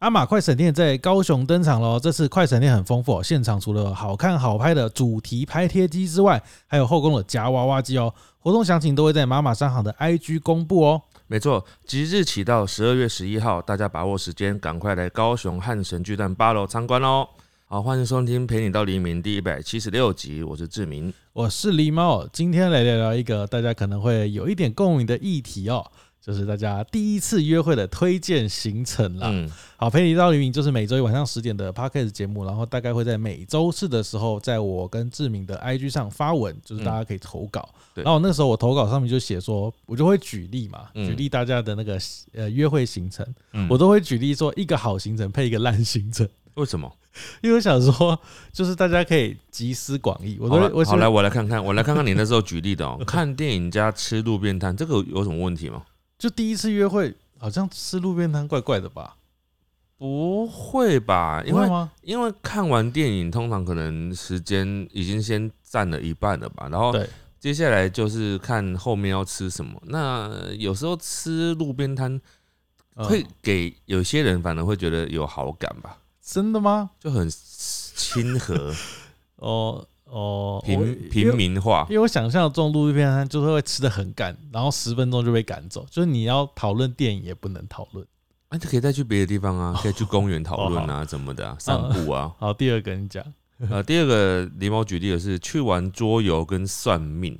阿玛快闪店在高雄登场喽！这次快闪店很丰富、哦，现场除了好看好拍的主题拍贴机之外，还有后宫的夹娃娃机哦。活动详情都会在妈妈商行的 IG 公布哦。没错，即日起到十二月十一号，大家把握时间，赶快来高雄汉神巨蛋八楼参观哦。好，欢迎收听《陪你到黎明》第一百七十六集，我是志明。我是狸猫，今天来聊聊一个大家可能会有一点共鸣的议题哦，就是大家第一次约会的推荐行程啦。嗯，好，陪你到黎明就是每周一晚上十点的 podcast 节目，然后大概会在每周四的时候，在我跟志明的 IG 上发文，就是大家可以投稿。嗯对然后那时候我投稿上面就写说，我就会举例嘛，嗯举例大家的那个呃约会行程，嗯我都会举例说一个好行程配一个烂行程，为什么？因为我想说就是大家可以集思广益。我都好会了我好喜欢来，我来看看， 我来看看你那时候举例的哦。看电影加吃路边摊，这个有有什么问题吗？就第一次约会，好像吃路边摊怪怪的吧？不会吧？因不会为吗？因为看完电影，通常可能时间已经先占了一半了吧，然后对接下来就是看后面要吃什么。那有时候吃路边摊嗯会给有些人反而会觉得有好感吧，真的吗？就很 亲和、哦哦，我平平。民化因。为我想象中路边摊就是会吃的很赶，然后十分钟就被赶走，就是你要讨论电影也不能讨论。那啊就可以再去别的地方啊，哦可以去公园讨论啊，怎么的啊，散步啊。好，第二个你讲，呃，第二个狸猫举例的是去玩桌游跟算命，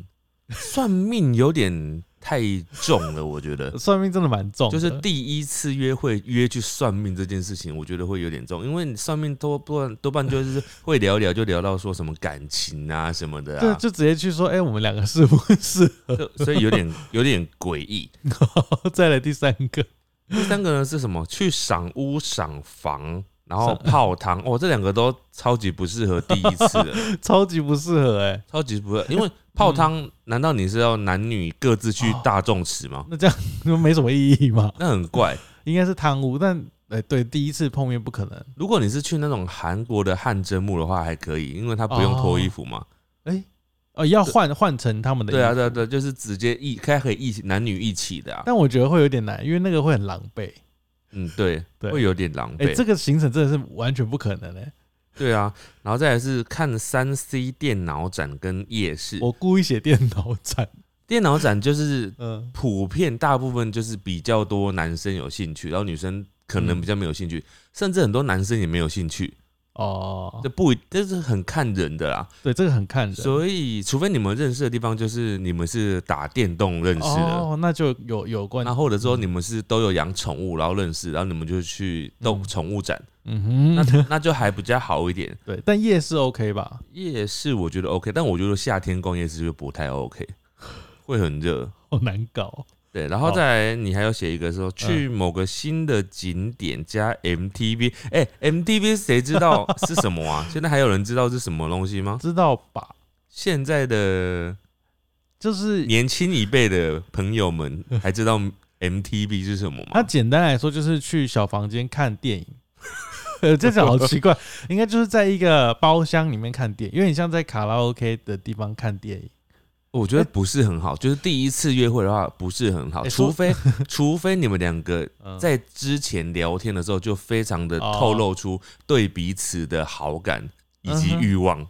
算命有点太重了，我觉得。算命真的蛮 重的，就是第一次约会约去算命这件事情，我觉得会有点重，因为你算命多多半多半就是会聊一聊就聊到说什么感情啊什么的对，啊，就直接去说，哎、我们两个是不是？ 就所以有点有点诡异。再来第三个，第三个呢是什 么？去赏屋、赏房，然后泡汤。哦，这两个都超级不适合第一次 的，超级不适合哎、超级不适合。因为泡汤，嗯难道你是要男女各自去哦大众池吗？那这样就没什么意义嘛？那很怪。应该是贪污，但哎、对，第一次碰面不可能。如果你是去那种韩国的汗蒸木的话，还可以，因为他不用脱衣服嘛。哎、哦，要换换成他们的对啊，衣服对啊，对啊，就是直接一开可以一起男女一起 的啊。但我觉得会有点难，因为那个会很狼狈。嗯，对，对会有点狼哎、狈。这个行程真的是完全不可能哎、对啊，然后再来是看三 C 电脑展跟夜市。我故意写电脑 展，电脑展就是嗯，普遍大部分就是比较多男生有兴趣，然后女生可能比较没有兴趣，甚至很多男生也没有兴趣。嗯哦哦这，不一，这是很看人的啦。对，这个很看人。所以，除非你们认识的地方就是你们是打电动认识的，哦，那就有有关那，或者说你们是都有养宠物，然后认识，然后你们就去动嗯宠物展，嗯那哼，那就还比较好一点。对，但夜市 OK 吧？夜市我觉得 OK，但我觉得夏天逛夜市就不太 OK，会很热。好难搞，对，然后再来，你还要写一个说去某个新的景点加 MTV，哎、MTV 谁知 道是什么啊？现在还有人知道是什么东西吗？知道吧？现在的就是年轻一辈的朋友 们还知道 MTV 是什么它吗？简单来说就是去小房间看电影。 呃，这讲好奇怪，应该就是在一个包厢里面看电影，有点像在卡拉 OK 的地方看电影。我觉得不是很好，就是第一次约会的话不是很好，哎除说非 除非你们两个嗯，在之前聊天的时候就非常的哦透露出对彼此的好感以及嗯哼欲望，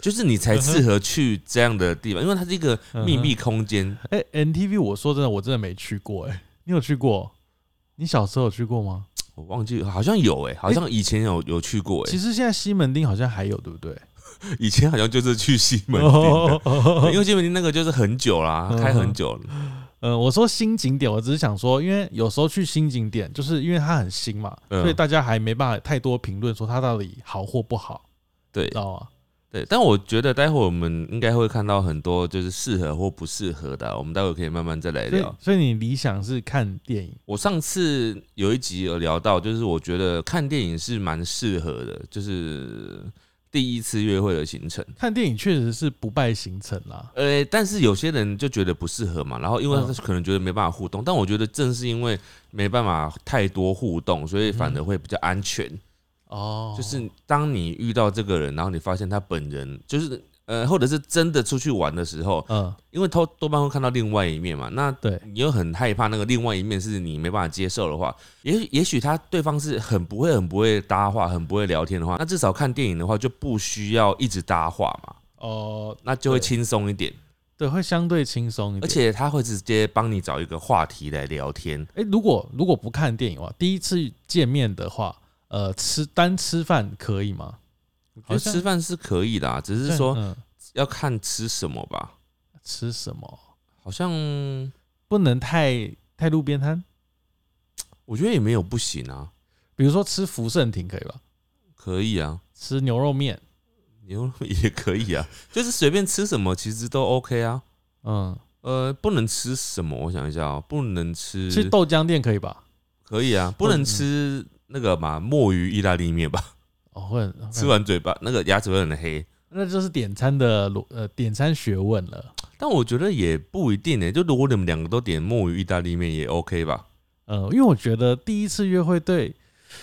就是你才适合去这样的地方，因为它是一个秘密空间。哎、n t v 我说真的，我真的没去过、哎，你有去过？你小时候有去过吗？我忘记好像有哎、好像以前有有去过哎、其实现在西门町好像还有，对不对？以前好像就是去西门町哦的。哦哦 哦因为西门町那个就是很久啦，嗯哼开很久了。呃，我说新景点，我只是想说，因为有时候去新景点，就是因为它很新嘛，嗯所以大家还没办法太多评论说它到底好或不好，对知道吗？对，但我觉得待会我们应该会看到很多就是适合或不适合的啊，我们待会可以慢慢再来所以聊。，所以你理想是看电影，我上次有一集有聊到，就是我觉得看电影是蛮适合的，就是第一次约会的行程。看电影确实是不败行程啦。呃，但是有些人就觉得不适合嘛，然后因为他可能觉得没办法互动，但我觉得正是因为没办法太多互动，所以反而会比较安全。哦就是当你遇到这个人，然后你发现他本人就是呃，或者是真的出去玩的时候，嗯，因为多多半会看到另外一面嘛，那对你又很害怕那个另外一面是你没办法接受的话，也许也许他对方是很不会、很不会搭话、很不会聊天的话，那至少看电影的话就不需要一直搭话嘛，哦，那就会对轻松一点，对，会相对轻松一点。而，且他会直接帮你找一个话题来聊天。哎，如果如果不看电影的话，第一次见面的话，呃，吃单吃饭可以吗？我觉得吃饭是可以的、啊，只是说嗯，要看吃什么吧，吃什么好像不能太太路边摊，我觉得也没有不行啊，比如说吃福盛亭可以吧？可以啊，吃牛肉面，牛肉 也可以啊，就是随便吃什么其实都 OK 啊。嗯，呃，不能吃什么？我想一下哦，不能吃，去豆浆店可以吧？可以啊，不能吃那个嘛，墨鱼意大 利面吧？哦，会很吃，完嘴巴那个牙齿会很黑，那就是点餐的逻呃点餐学问了。但我觉得也不一定呢、就如果你们两个都点墨鱼意大利面也 OK 吧？呃，因为我觉得第一次约会对，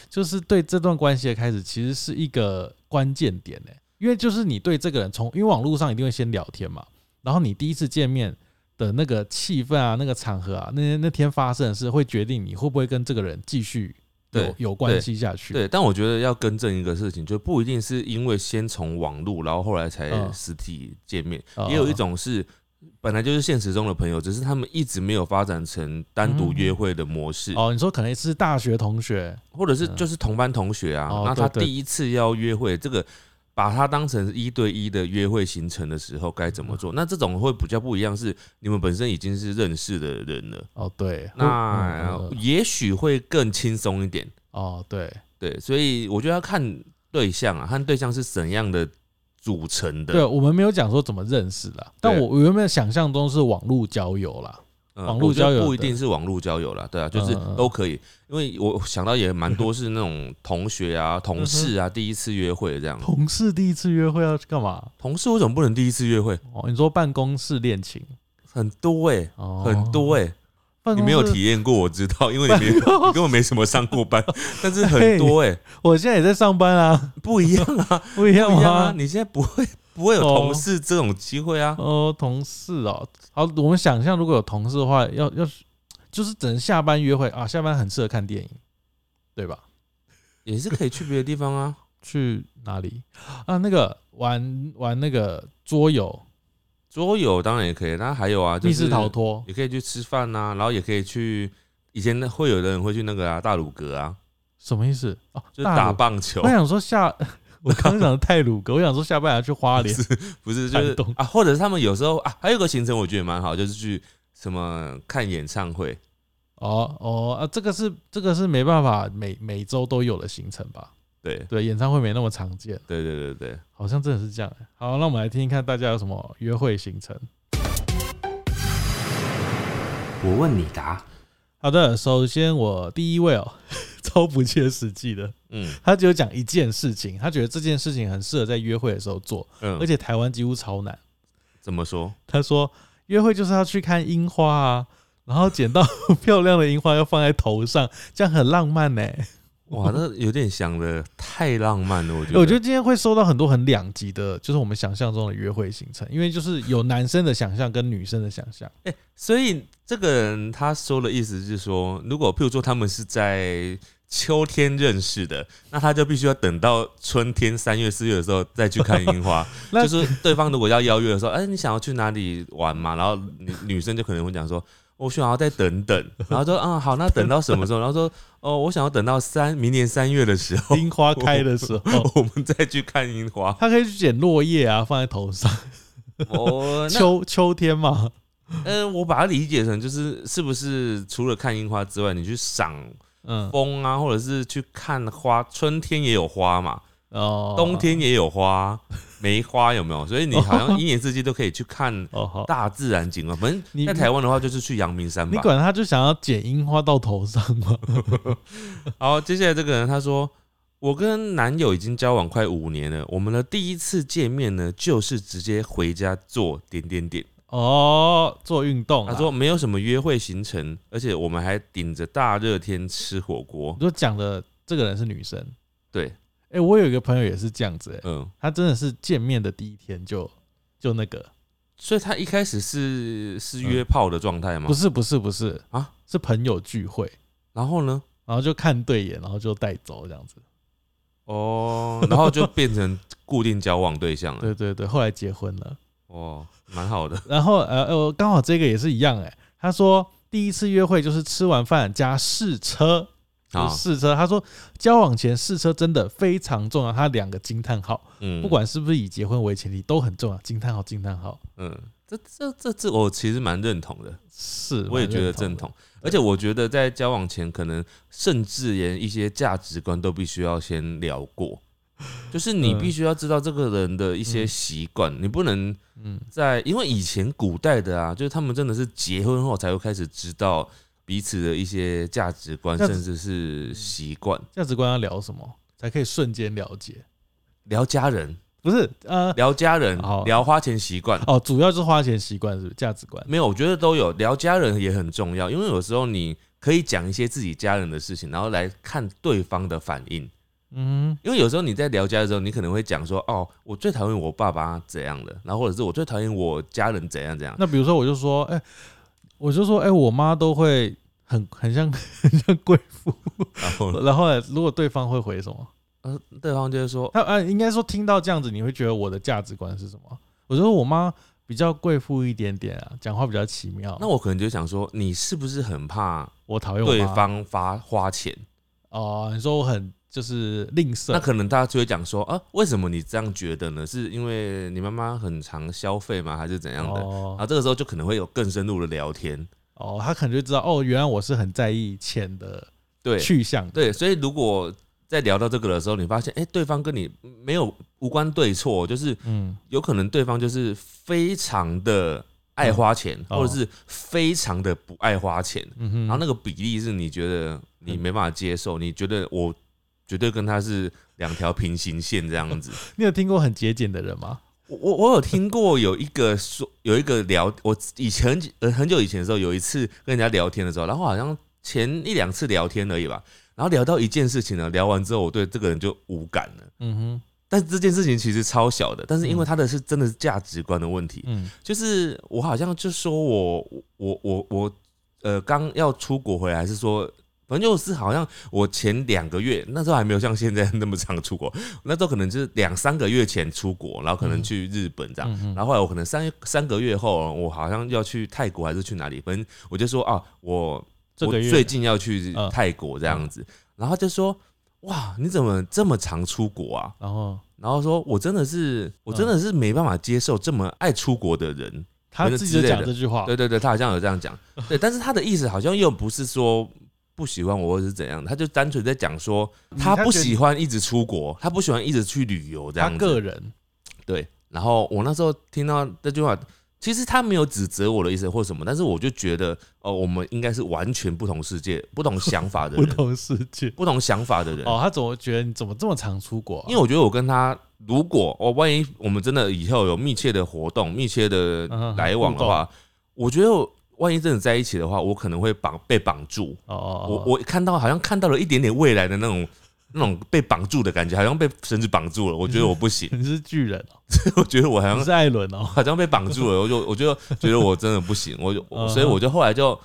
就是对这段关系的开始，其实是一个关键点呢、因为就是你对这个人从，因为网络上一定会先聊天嘛，然后你第一次见面的那个气氛啊、那个场合啊、那那天发生的事，会决定你会不会跟这个人继续有对有关系下去。对，但我觉得要更正一个事情，就不一定是因为先从网络，然后后来才嗯实体见面，哦也有一种是本来就是现实中的朋友，只是他们一直没有发展成单独嗯约会的模式。哦，你说可能是大学同学，或者是嗯就是同班同学啊，哦那他对对第一次要约会，这个把它当成一对一的约会行程的时候该怎么嗯做？那这种会比较不一样，是你们本身已经是认识的人了，哦对，嗯嗯那嗯嗯也许会更轻松一点。哦对对，所以我觉得要看对象啊，看对象是怎样的组成的。对，我们没有讲说怎么认识的，但对我我原本想象中是网络交友啦。嗯网络我觉得交友不一的定是网络交友啦，对啊，就是嗯嗯嗯都可以，因为我想到也蛮多是那种同 学啊、同事啊第一次约会这样。嗯同事第一次约会要去干嘛？同事为什么不能第一次约会？哦，你说办公室恋情很多哎、哦，很多哎、办你公室没有，体验过，我知道，因为 你哎没有， 你根本没什么上过班，但是很多哎、我现在也在上班啊，不一样啊，不一 不样一样啊吗，？你现在不会不会有哦同事这种机会啊，哦，同事哦，好，我们想象如果有同事的话，要要就是只能下班约会啊，下班很适合看电影，对吧？也是可以去别的地方啊，去哪里啊？那个玩玩那个桌游、桌游当然也可以，那还有啊，就密是室逃脱也可以去吃饭呐、啊，然后也可以去，以前会有的人会去那个啊大鲁阁啊，什么意思？哦，就是大打鲁棒球我，想说 下，我刚讲的泰鲁阁，我想说下班要去花莲，不是就感是动啊，或者是他们有时候啊，还有个行程我觉得蛮好，就是去什么看演唱会，哦哦啊，这个是这个是没办法每每周都有的行程吧？对对，演唱会没那么常见，对对对对。好像真的是这样欸。好，那我们来听听看大家有什么约会行程。我问你答。好的，首先我第一位哦， 超不切实际的，嗯他只有讲一件事情，他觉得这件事情很适合在约会的时候做，嗯，而且台湾几乎超难。怎么说？他说约会就是要去看樱花啊，然后捡到 漂亮的樱花要放在头上，这样很浪漫欸呢、 哇，那有点想的太浪漫了，我觉得。哎我觉得今天会收到很多很两极的，就是我们想象中的约会行程，因为就是有男生的想象跟女生的想象。所以这个人他说的意思是说，如果譬如说他们是在秋天认识的，那他就必须要等到春天三月四月的时候再去看樱 花。那就是对方如果要邀约的时候，哎、你想要去哪里玩嘛？然后女女生就可能会讲说。哦我想要再等 等，然后说啊、好，那等到什么时候？然后说哦，我想要等到三明年三月的时 候，樱花开的 时候，哦我们再去看樱花。他可以去捡落叶啊，放在头上。哦，那秋秋天嘛，呃，我把它理解成就是，是不是除了看樱花之外，你去赏嗯，风啊，或者是去看花，春天也有花嘛，哦，冬天也有花，梅花有没有？所以你好像一年四季都可以去看哦好，大自然景观。反正你在台湾的话，就是去阳明山你吧。管他就想要捡樱花到头上 嘛，好，接下来这个人他说。我跟男友已经交往快五年了，我们的第一次见面呢，就是直接回家做点点点。哦，做运动啊。他说没有什么约会行程，而且我们还顶着大热天吃火锅你。就讲的这个人是女生，对，哎、我有一个朋友也是这样子、欸，嗯，他真的是见面的第一天就就那个，所以他一开始是是约炮的状态吗？不，是不是不是啊，是朋友聚会，然后呢？然后就看对眼，然后就带走这样子。哦， 然后就变成固定交往对象了。对对对，后来结婚了。哦，蛮好的。然后呃呃，我刚好这个也是一样哎、他说第一次约会就是吃完饭加试车，就好是，试车。他说交往前试车真的非常重要，他两个惊叹号，嗯不管是不是以结婚为前提都很重要，惊叹号惊叹号嗯，这这这这我其实蛮认同的，是，我也蛮觉得认正的。统。而且我觉得在交往前，可能甚至连一些价值观都必须要先聊过，就是你嗯必须要知道这个人的一些嗯习惯，你不能嗯，在因为以前古代的啊，就是他们真的是结婚后才会开始知道彼此的一些价值观，那嗯甚至是习惯。价值观要聊什么才可以瞬间了解？聊家人，不是呃聊家人好，聊花钱习惯。哦，主要就是花钱习惯是不是价值观？没有，我觉得都有聊家人也很重要，因为有时候你可以讲一些自己家人的事情，然后来看对方的反应。嗯因为有时候你在聊家的时候，你可能会讲说：“哦，我最讨厌我爸爸怎样的，然后或者是我最讨厌我家人怎样怎样。” 那比如说，我就说，哎、我就说，哎、我妈都会很很像 很像贵妇。然后呢然后呢，如果对方会回什么？呃，对方就会说他啊，应该说听到这样子，你会觉得我的价值观是什么？我就说我妈比较贵妇一点点啊，讲话比较奇妙。：“那我可能就想说，你是不是很怕我讨厌我对妈方发花钱？哦、你说我很就是吝啬，那可能大家就会讲说：啊，为什么你这样觉得呢？是因为你妈妈很常消费吗？还是怎样的？”然哦后这个时候就可能会有更深入的聊天。哦，他可能就知道哦，原来我是很在意钱的对，去向。对，所以如果在聊到这个的时候，你发现，哎、对方跟你没有无关对错，就是嗯，有可能对方就是非常的爱花钱，哦或者是非常的不爱花钱，嗯哼，然后那个比例是你觉得你没办法接受，你觉得我绝对跟他是两条平行线这样子。你有听过很节俭的人吗？ 我我我有听过有一个说有一个聊，我以前呃很久以前的时候，有一次跟人家聊天的时候，然后好像前一两次聊天而已吧，然后聊到一件事情呢，聊完之后我对这个人就无感了。嗯哼，但是这件事情其实超小的，但是因为他嗯的是真的是价值观的问题，嗯就是我好像就说我我我我呃刚要出国回来，还是说反正就是好像我前两个月那时候还没有像现在那么常出国，那时候可能就是两三个月前出国，然后可能去日本这样，嗯哼啊然后后来我可能三三个月后，我好像要去泰国还是去哪里，反正我就说啊，我这个我月最近要去嗯泰国这样子，然后他就说哇你怎么这么常出国啊？然后然后说，我真的是，我真的是没办法接受这么爱出国的人。他自己就讲这句话，对对对，他好像有 这样讲，对，但是他的意思好像又不是说不喜欢我或者是怎样，他就单纯在讲说他不喜欢一直出国，他不喜欢一直去旅游这他样个子。人，对，然后我那时候听到这句话，其实他没有指责我的意思或什么，但是我就觉得，哦，我们应该是完全不同世界、不同想法 的不人，同世界。不同想法的人。哦，他怎么觉得你怎么这么常出国啊、因为我觉得我跟他，如果我、哦、万一我们真的以后有密切的活动、密切的嗯来往的话，我觉得我万一真的在一起的话，我可能会绑被绑住。哦哦，我我看到好像看到了一点点未来的那种那种被绑住的感觉，好像被绳子绑住了。我觉得我 不行，你是巨人哦，我觉得我好像你是艾伦哦，好像被绑住了，我就我就觉得我真的不行，我就嗯哼所以我就后来就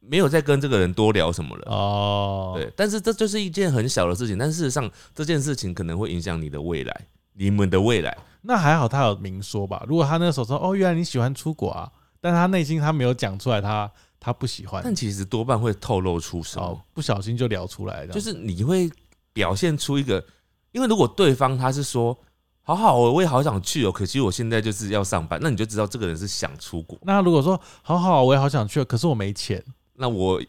没有再跟这个人多聊什么了。哦，对，但是这就是一件很小的事情，但事实上这件事情可能会影响你的未来，你们的未来。那还好他有明说吧。如果他那时候说哦，原来你喜欢出国啊，但他内心他没有讲出来他，他不喜欢，但其实多半会透露出什哦么，，不小心就聊出来的，就是你会表现出一个，因为如果对方他是说好好哦，我也好想去哦，可惜我现在就是要上班，那你就知道这个人是想出国。那他如果说好好，啊我也好想去，可是我没钱，那我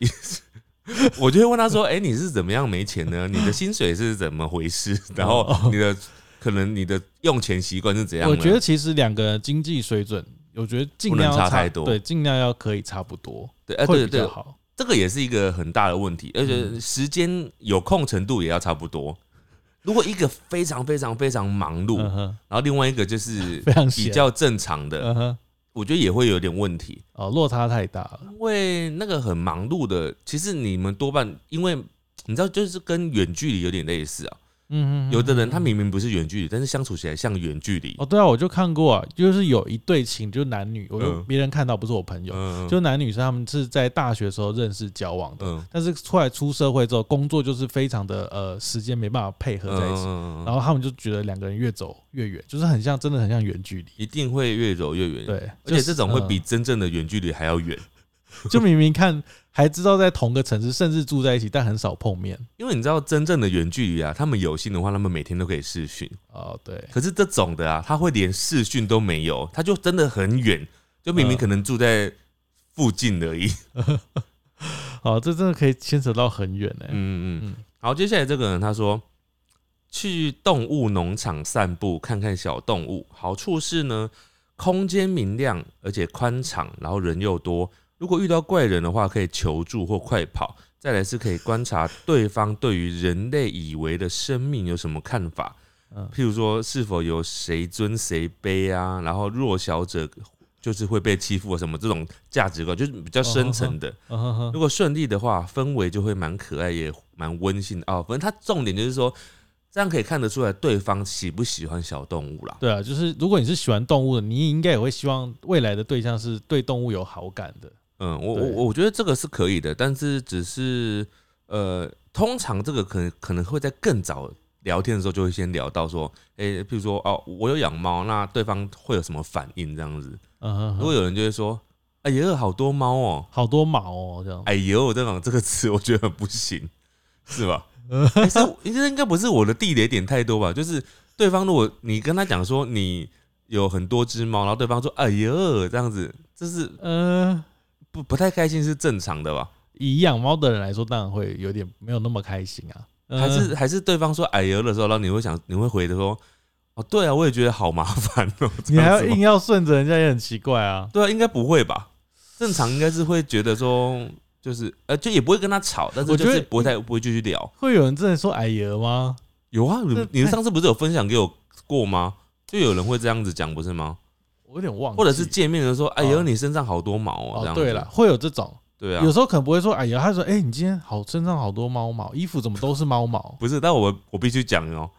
我就会问他说：“哎、你是怎么样没钱呢？你的薪水是怎么回事？然后你的可能你的用钱习惯是怎样呢？”哦我觉得其实两个人经济水准，我觉得尽量不要能差太多对，尽量要可以差不多，对，哎、会对比对较嗯对，好。这个也是一个很大的问题，而且时间有空程度也要差不多。如果一个非常非常非常忙碌，嗯哼，然后另外一个就 是非常闲比较正常的，嗯哼，我觉得也会有点问题，哦，落差太大了，因为那个很忙碌的，其实你们多半因为你知道，就是跟远距离有点类似啊，嗯嗯，有的人他明明不是远距离，但是相处起来像远距离。哦，对啊，我就看过啊，就是有一对情，就是男女，我就嗯别人看到不是我朋友，嗯就男女生他们是在大学时候认识交往的，嗯但是出来出社会之后，工作就是非常的呃时间没办法配合在一起，嗯然后他们就觉得两个人越走越远，就是很像，真的很像远距离。一定会越走越远。，对，而且就是这种会比嗯真正的远距离还要远， 就明明看还知道在同个城市，甚至住在一起，但很少碰面。因为你知道真正的远距离啊，他们有心的话，他们每天都可以视讯。哦， 对，可是这种的啊，他会连视讯都没有，他就真的很远，就明明嗯可能住在附近而已。哦，这真的可以牵扯到很远呢、嗯嗯嗯嗯。好，接下来这个人他说，去动物农场散步，看看小动物。好处是呢，空间明亮，而且宽敞，然后人又多。如果遇到怪人的话，可以求助或快跑。再来是可以观察对方对于人类以为的生命有什么看法，嗯譬如说是否有谁尊谁卑啊，然后弱小者就是会被欺负啊什么这种价值观，就是比较深层的。嗯哼哼如果顺利的话，氛围就会蛮可爱，也蛮温馨的哦。反正它重点就是说，这样可以看得出来对方喜不喜欢小动物啦。对啊，就是如果你是喜欢动物的，你应该也会希望未来的对象是对动物有好感的。嗯，我对我我觉得这个是可以的，但是只是呃，通常这个可能可能会在更早聊天的时候就会先聊到说，诶、譬如说哦，我有养猫，那对方会有什么反应这样子？嗯哼如果哼，有人就会说，哎呀，好多猫哦，好多毛哦，这样。哎呦，这种这个词我觉得很不行，是吧？欸、是，这应该不是我的地雷点太多吧？就是对方如果你跟他讲说你有很多只猫，然后对方说哎呦这样子，这是呃，不不太开心是正常的吧？以养猫的人来说，当然会有点没有那么开心啊。呃还是还是对方说哎呦的时候，然后你会想你会回的说哦对啊，我也觉得好麻烦哦，这你还样要子吗硬要顺着人家，也很奇怪啊。对啊，应该不会吧？正常应该是会觉得说。就是呃，就也不会跟他吵，但我是觉就得是不会太不会继续聊。会有人真的说矮爷吗？有啊，这你你上次不是有分享给我过吗？就有人会这样子讲，不是吗？我有点忘记，或者是见面的时候，哎哦呦，你身上好多毛哦，这哦，样子对了，，会有这种，对啊有，时候可能不会说矮爷，他说，哎、你今天好身上好多猫毛，衣服怎么都是猫毛？不是，但我我必须讲哦，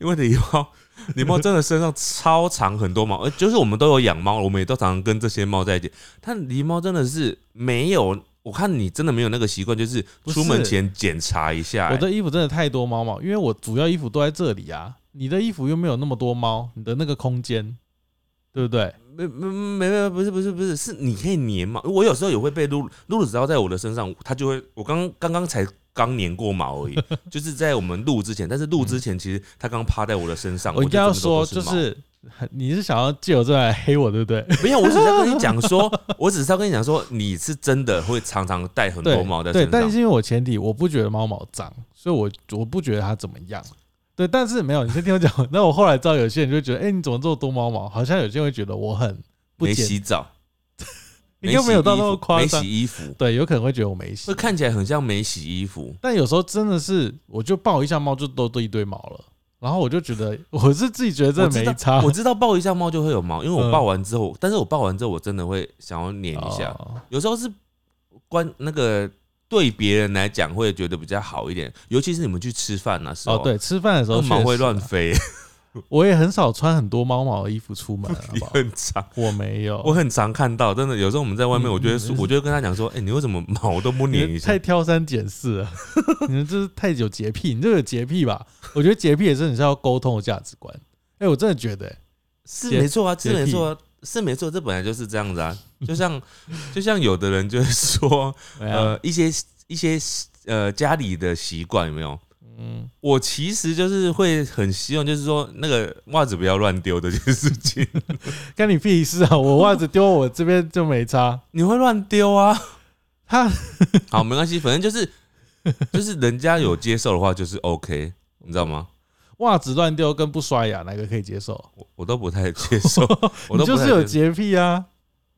因为狸猫， 狸猫真的身上超长很多毛，呃，就是我们都有养猫，我们也都常常跟这些猫在一起，但狸猫真的是没有，我看你真的没有那个习惯，就是不是出门前检查一下、我哎的衣服真的太多猫毛，因为我主要衣服都在这里啊。你的衣服又没有那么多猫，你的那个空间，对不对？没没没没不是不是不是，是你可以粘毛，我有时候也会被露露露只要在我的身上，它就会，我刚刚刚才。刚粘过毛 而已，就是在我们录之前，但是录之前其实它刚趴在我的身上，嗯我应该要就这么多说，都就毛是你是想 要借我这来黑我，对不对？没有，我只是要跟你 讲说，我只是要跟你讲说，你是真的会常常带 很多毛在对对，身但上是。因为我前提我不觉得猫毛脏，所以我我不觉得它怎么样。对，但是没有，你先听我讲。那我后来知道有些人就觉得，哎、你怎么这么多猫毛？好像有些人会觉得我很不没检，洗澡，应该没有到那么夸没张。洗 衣服，对，有可能会觉得我没洗会，看起来很像没洗衣服。但有时候真的是，我就抱一下猫就都都一堆毛了，然后我就觉得 我是自己觉得这我知没道差，哦我知道抱一下猫就会有毛，因为啊嗯我抱完之后，但是我抱完之后我真的会想要捻一下。哦有时候是关那个对别人来讲会觉得比较好一点，尤其是你们去吃饭那时候，哦，，对，吃饭的时候毛会乱确实啊，飞，我也很少穿很多猫毛的衣服出门，好也不好？很长。我没有，我很常看到，真的有时候我们在外面，嗯我就会嗯说，我就会跟他讲说，哎，你为什么毛都不你捻一们下 太？挑三拣四了， 你们这是太有洁癖，你这有洁癖吧？我觉得洁癖也是你是要沟通的价值观。哎、我真的觉得、欸是洁没错啊，洁是没癖错、啊，是没错，这本来就是这样子啊。就像就像有的人就会 说，对啊，呃，一些一些呃家里的习惯有没有？嗯，我其实就是会很希望，就是说那个袜子不要乱丢这件事情。干你屁事啊！我袜子丢我这边就没差，你会乱丢啊？他 好，没关系，反正 就是就是人家有接受的话就是 OK，你知道吗？袜子乱丢跟不刷牙哪个可以接受？我我都不太接 受， 我你都不就太是有接洁受癖啊！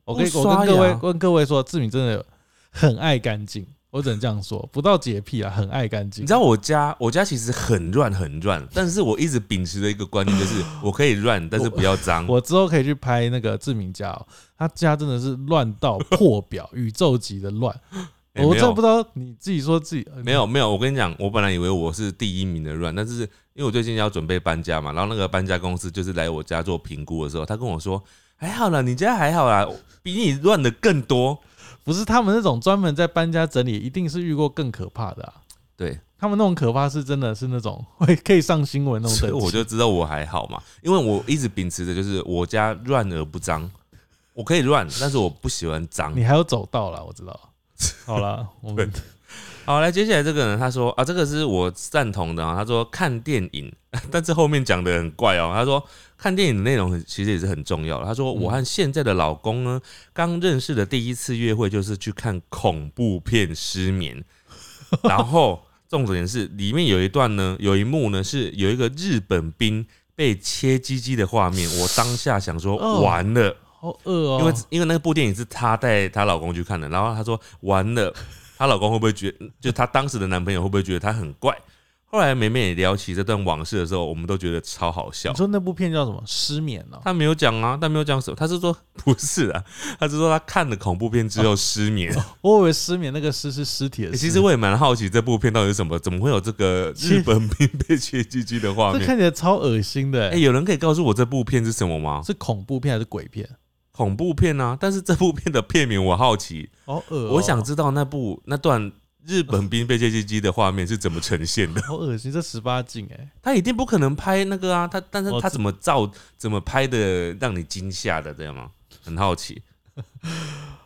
我跟不我刷跟各位牙跟各位说，志敏真的很爱干净，我只能这样说，不到洁癖啊，很爱干净。你知道我家，我家其实很乱很乱，但是我一直秉持的一个观念就是， 我可以乱，但是不要脏。我之后可以去 拍那个志明家哦，他家真的是乱到破表，宇宙级的乱。哎我真没的有不知道你自己说自己呃没有没有，我跟你讲，我本来以为我是第一名的 run，但是因为我最近要准备搬家嘛，然后那个搬家公司就是来我家做评估的时候，他跟我说还好啦，你家还好啦，比你 run 的更多。不是他们那种专门在搬家整理，一定是遇过更可怕的、啊。对，他们那种可怕是真的是那种会可以上新闻那种所等以级。我就知道我还好嘛，因为我一直秉持着就是我家乱而不脏，我可以乱，但是我不喜欢脏你。还有走到了，我知道。好了，我们好，来接下来这个人他说啊，这个是我赞同的啊，他说看电影， 但是后面讲的很怪哦，他说看电影的内容很其实也是很重要的。他说我和现在的老公呢，刚认识的第一次约会就是去看恐怖片失眠，然后重点是里面有一段呢，有一幕呢是有一个日本兵。被切鸡鸡的画面，我当下想说哦完了，好饿哦，因为因为那部电影是她带她老公去看的，然后她说完了，她老公会不会觉得，就她当时的男朋友会不会觉得她很怪？后来梅梅也聊起这段往事的时候，我们都觉得超好笑你。说那部片叫什么？失眠哦。她没有讲啊，但没有讲什么，她是说不是啊，她是说她看了恐怖片之后失眠。我以为失眠那个失哦是尸体的欸尸。其实我也蛮好奇这部片到底是什么，怎么会有这个其实日本兵被切鸡鸡的画这面？看起来超恶心的、欸哎、有人可以告诉我这部片是什么吗？是恐怖片还是鬼片？恐怖片啊，但是这部片的片名我好奇，好恶哦、。我想知道那部那段日本兵被借鸡鸡的画面是怎么呈现的好恶心，这十八禁哎、 他一定不可能拍那个啊，他但是我他知怎么照怎么拍的让你惊吓的，这样吗？很好奇。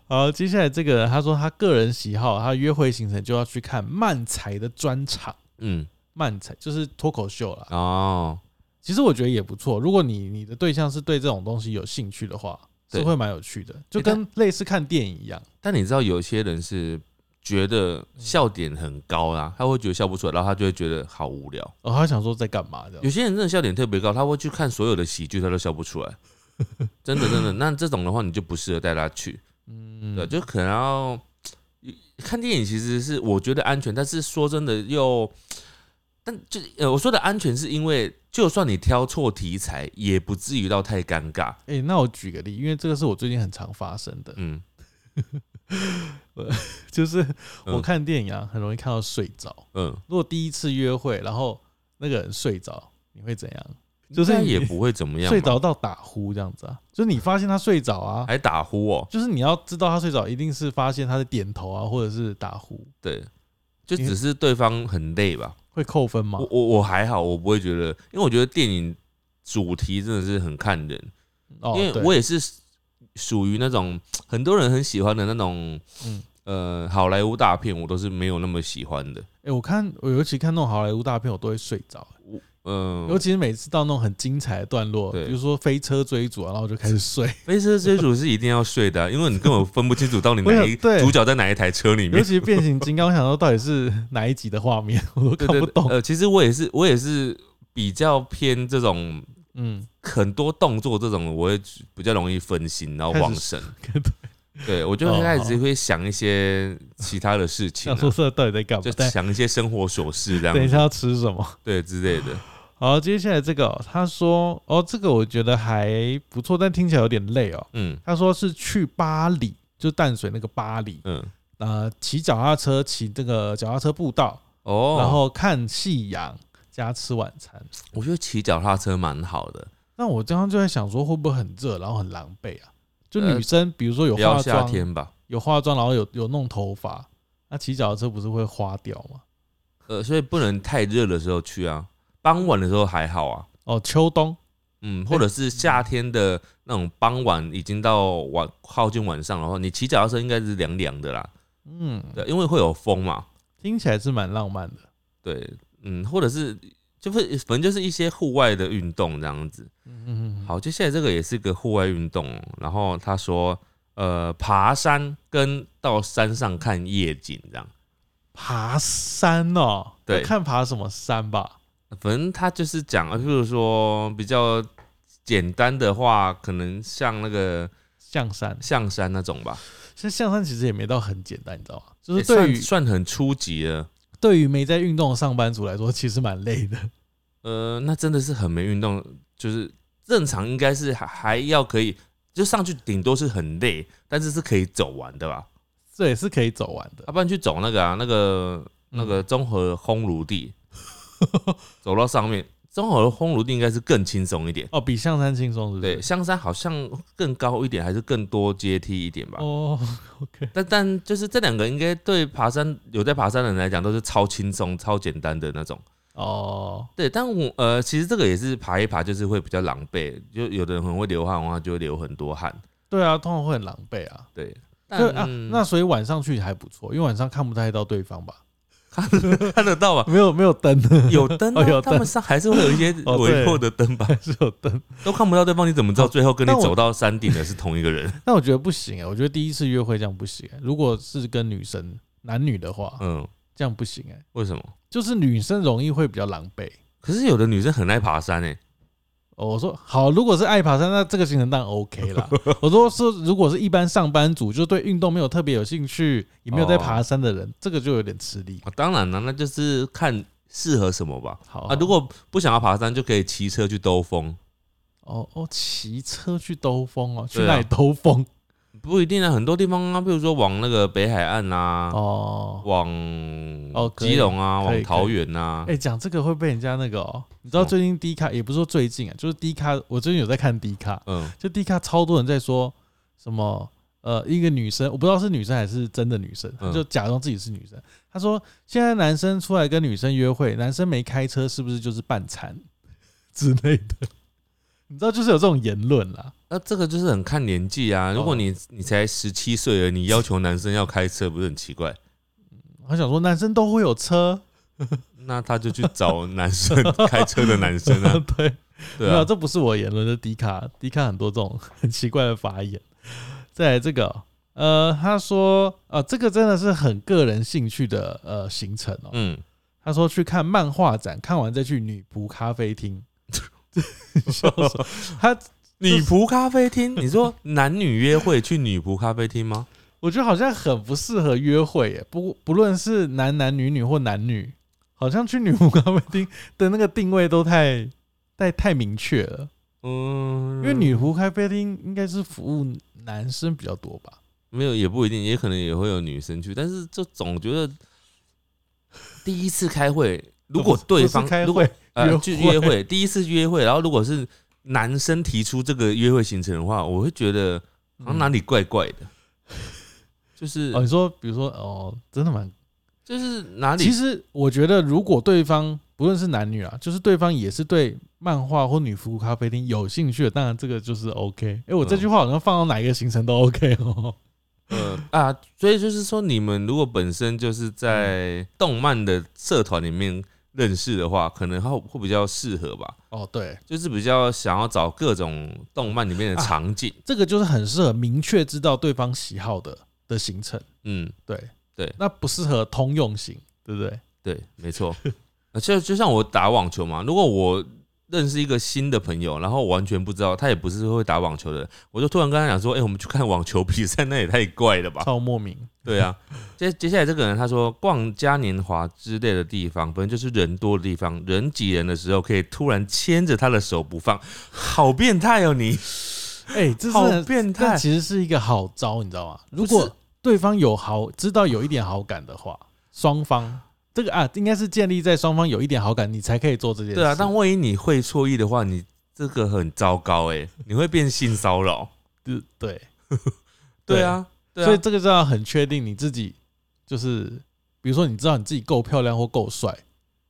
好，接下来这个人他说他个人喜好，他约会行程就要去看漫才的专场，嗯，漫才就是脱口秀啦。哦，其实我觉得也不错，如果你你的对象是对这种东西有兴趣的话，是对会蛮有趣的，就跟类似看电影一样。但你知道有些人是觉得笑点很高啦、他会觉得笑不出来，然后他就会觉得好无聊。哦，他想说在干嘛这有样？些人真的笑点特别高，他会去看所有的喜剧，他都笑不出来。 真的真的，那这种的话你就不适合带他去。嗯，对，就可能要看电影，其实是我觉得安全，但是说真的又，但就呃，我说的安全是因为，就算你挑错题材，也不至于到太尴尬。哎、那我举个例，因为这个是我最近很常发生的，嗯，就是我嗯看电影啊，很容易看到睡着。嗯，如果第一次约会，然后那个人睡着，你会怎样？就应是该你也不会怎么样吧，睡着到打呼这样子啊？就是你发现他睡着啊，还打呼哦，就是你要知道他睡着，一定是发现他在点头啊，或者是打呼，对，就只是对方很累吧。会扣分吗我？我我还好，我不会觉得，因为我觉得电影主题真的是很看人，哦，因为对我也是属于那种很多人很喜欢的那种，嗯呃，好莱坞大片我都是没有那么喜欢的。哎、我看我尤其看那种好莱坞大片，我都会睡着、嗯、尤其是每次到那种很精彩的段落，对比如说飞车追逐啊，然后我就开始睡。飞车追逐是一定要睡的啊、因为你根本分不清楚到底哪 我有一对主角在哪一台车里尤面。其是变形金刚，我想说到底是哪一集的画面，我都看对对不对懂。呃，其实我也是，我也是比较偏这种嗯，很多动作这种，我会比较容易分心，然后开始忘神。 对，我就哦会开好始会想一些其他的事想情、啊，说这到底在干嘛就？等想一些生活琐事这等一样下子，要吃什么？对之类的。好，接下来这个哦、他说哦，这个我觉得还不错，但听起来有点累哦。嗯他说是去巴黎，就淡水那个巴黎，嗯，呃，骑脚踏车，骑这个脚踏车步道，哦，然后看夕阳，加吃晚餐。我觉得骑脚踏车蛮好的，那我刚刚就在想说，会不会很热，然后很狼狈啊？就呃女生，比如说有不要化呃夏妆，天吧。有化妆，然后有有弄头发，那骑脚踏车不是会花掉吗？呃，所以不能太热的时候去啊，傍晚的时候还好啊。哦，秋冬哎嗯，或者是夏天的那种傍晚，已经到晚靠近晚上的话，你骑脚踏车应该是凉凉的啦。嗯，对，因为会有风嘛。听起来是蛮浪漫的。对，嗯，或者是就会反正就是一些户外的运动这样子。嗯嗯嗯，好，接下来这个也是个户外运动哦。然后他说，呃，爬山跟到山上看夜景这样。爬山哦，对要看爬什么山吧。反正他就是讲，呃譬如说比较简单的话，可能像那个象山，象山那种吧，其实象山其实也没到很简单，你知道吗？就也是对于、算算很初级了。对于没在运动的上班族来说，其实蛮累的。 呃，那真的是很没运动，就是呃正常应该是还还要可以，就上去顶多是很累，但是是可以走完的吧？这也是可以走完的嗯要、。不然去走那个啊，那个那个综合烘炉地， 走到上面，综合烘炉地应该是更轻松一点。哦，比象山轻松是不是？对，香山好像更高一点，还是更多阶梯一点吧。哦，OK，但但就是这两个应该对爬山有在爬山的人来讲都是超轻松、超简单的那种。哦，对，但我呃，其实这个也是爬一爬，就是会比较狼狈，就有的人很会流汗的话，就会流很多汗。对啊，通常会很狼狈啊。对，但嗯对啊，那所以晚上去还不错，因为晚上看不太到对方吧？ 看得到吧？没有没有灯，有灯、啊，哦有灯他们上还是会有一些哦对哦微弱的灯吧，还 是有灯。都看不到对方，你怎么知道最后跟你但我走到山顶的是同一个人？但我觉得不行哎、我觉得第一次约会这样不行、欸。如果是跟女生男女的话，嗯，这样不行哎、为什么？就是女生容易会比较狼狈。可是有的女生很爱爬山诶、欸哦，我说好，如果是爱爬山，那这个行程当然 OK 啦。我说是，如果是一般上班族，就对运动没有特别有兴趣，也没有在爬山的人，哦这个就有点吃力。啊当然了，那就是看适合什么吧。好啊，如果不想要爬山，就可以骑车去兜风，哦哦，骑车去兜风哦，去对啊哪里兜风？不一定啊，很多地方啊，比如说往那个北海岸啊，哦，往哦可以基隆啊，可以往桃园啊哎、，讲这个会被人家那个哦，你知道什么最近 D 卡也不是说最近啊，就是 D 卡，我最近有在看 D 卡，嗯，就 D 卡超多人在说什么呃，一个女生，我不知道是女生还是真的女生，她嗯就假装自己是女生。她说现在男生出来跟女生约会，男生没开车是不是就是半 残之类的？ 你知道，就是有这种言论啦。那这个就是很看年纪啊。如果你你才十七岁而已你要求男生要开车，不是很奇怪？ 我想说，男生都会有车，那他就去找男生开车的男生 啊， 对，对没有，啊。这不是我言论，这迪卡迪卡很多这种很奇怪的发言。再来这个哦、呃，他说，呃，这个真的是很个人兴趣的呃行程哦。 嗯，他说去看漫画展，看完再去女仆咖啡厅。笑死我他女仆咖啡厅，你说男女约会去女仆咖啡厅吗？我觉得好像很不适合约会耶，不不论是男男女女或男女，好像去女仆咖啡厅的那个定位都太 太太明确了。嗯，因为女仆咖啡厅应该是服务男生比较多吧。没有也不一定，也可能也会有女生去，但是就总觉得第一次开会，如果对方不是开如果会，约呃会去约会，第一次约会，然后如果是男生提出这个约会行程的话，我会觉得好像哪里怪怪的，就是、嗯哦，你说比如说哦，真的蛮……就是哪其里实我觉得，如果对方不论是男女啊，就是对方也是对漫画或女服务咖啡厅有兴趣的，当然这个就是 OK。哎，嗯我这句话好像放到哪一个行程都 OK 哦。呃啊，所以就是说，你们如果本身就是嗯在动漫的社团里面认识的话，可能会会比较适合吧，哦，对，就是比较想要找各种动漫里面的啊场景，这个就是很适合明确知道对方喜好的的行程，嗯。对对那不适合通用型，对不对？对，没错。 呃就就像我打网球嘛，如果我认识一个新的朋友，然后完全不知道他也不是会打网球的人，我就突然跟他讲说：“哎、我们去看网球比赛，那也太怪了吧 超莫名，？”对啊。接接下来这个人他说，逛嘉年华之类的地方，本来就是人多的地方，人挤人的时候可以突然牵着他的手不放，好变态 哦你！哎，这好是变态但其实是一个好招，你知道吗？如是果对方有好知道有一点好感的话，双方这个啊，应该是建立在双方有一点好感，你才可以做这件事。对啊，但万一你会错意的话，你这个很糟糕哎、你会变性骚扰。对对， 对啊，对啊所以这个就要很确定你自己，就是比如说你知道你自己够漂亮或够帅，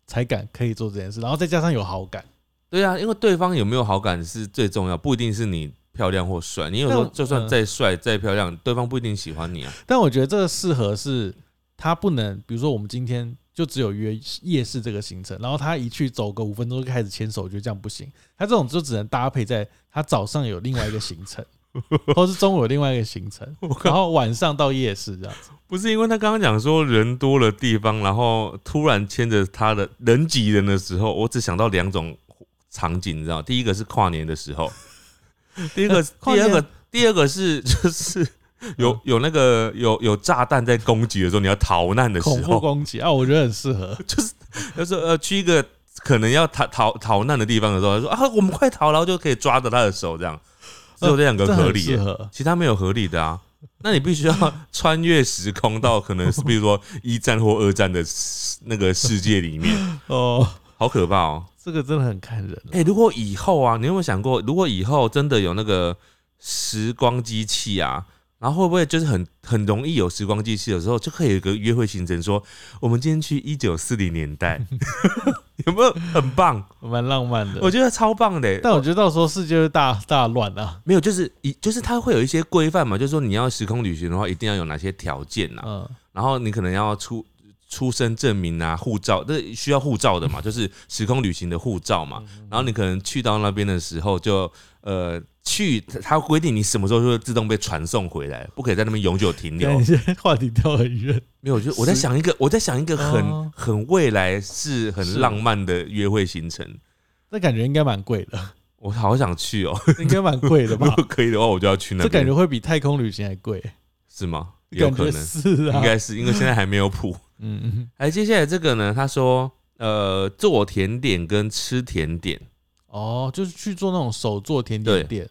才敢可以做这件事，然后再加上有好感。对啊，因为对方有没有好感是最重要，不一定是你漂亮或帅。你有时候但就算再帅再漂亮，对方不一定喜欢你啊。但我觉得这个适合是，他不能，比如说我们今天就只有约夜市这个行程，然后他一去走个五分钟就开始牵手，我觉得这样不行。他这种就只能搭配在他早上有另外一个行 程，或是中午有另外一个行程，然后晚上到夜市 这样子。 不是因为他刚刚讲说人多的地方，然后突然牵着他的人挤人的时候，我只想到两种场景，你知道，第一个是跨年的时候， 第一个，跨第年二个，第二个是就是 有有那个有有炸弹在攻击的时候，你要逃难的时恐怖候，攻击啊，我觉得很适 合。就是呃去一个可能要逃逃逃难的地方的时候，他说啊我们快逃，然后就可以抓着他的手这样，只有这两个这合很理适耶、合。其他没有合理的啊。那你必须要穿越时空到可能是比如说一战或二战的世那个世界里面，哦，好可怕哦！这个真的很看人。哎、如果以后啊，你有没有想过，如果以后真的有那个时光机器啊，然后会不会就是很很容易有时光机器的时候，就可以有一个约会行程说，我们今天去一九四零年 代， 有没有很棒？蛮浪漫的。我觉得超棒的、但我觉得到时候世界会大大乱啊。没有，就是一就是它会有一些规范嘛，就是说你要时空旅行的话，一定要有哪些条件啊，嗯，然后你可能要出出生证明啊、护照，这需要护照的 嘛，就是时空旅行的护照嗯嘛。然后你可能去到那边的时候就，呃去，它规定你什么时候就会自动被传送回来，不可以在那边永久停留等一。下话题跳很远。没有，就我在想一个，我在想一个哦很很未来是是很浪漫的约会行程，这感觉应该蛮贵的，我好想去哦。 应该蛮贵的 如 吧果？可以的话，我就要去那这感边觉。会比太空旅行还贵，是吗？有感可觉能，是啊。应该是因为现在还没有谱。嗯，嗯，哎，接下来这个呢？他说，呃，做甜点跟吃甜点，哦，就是去做那种手做甜点店。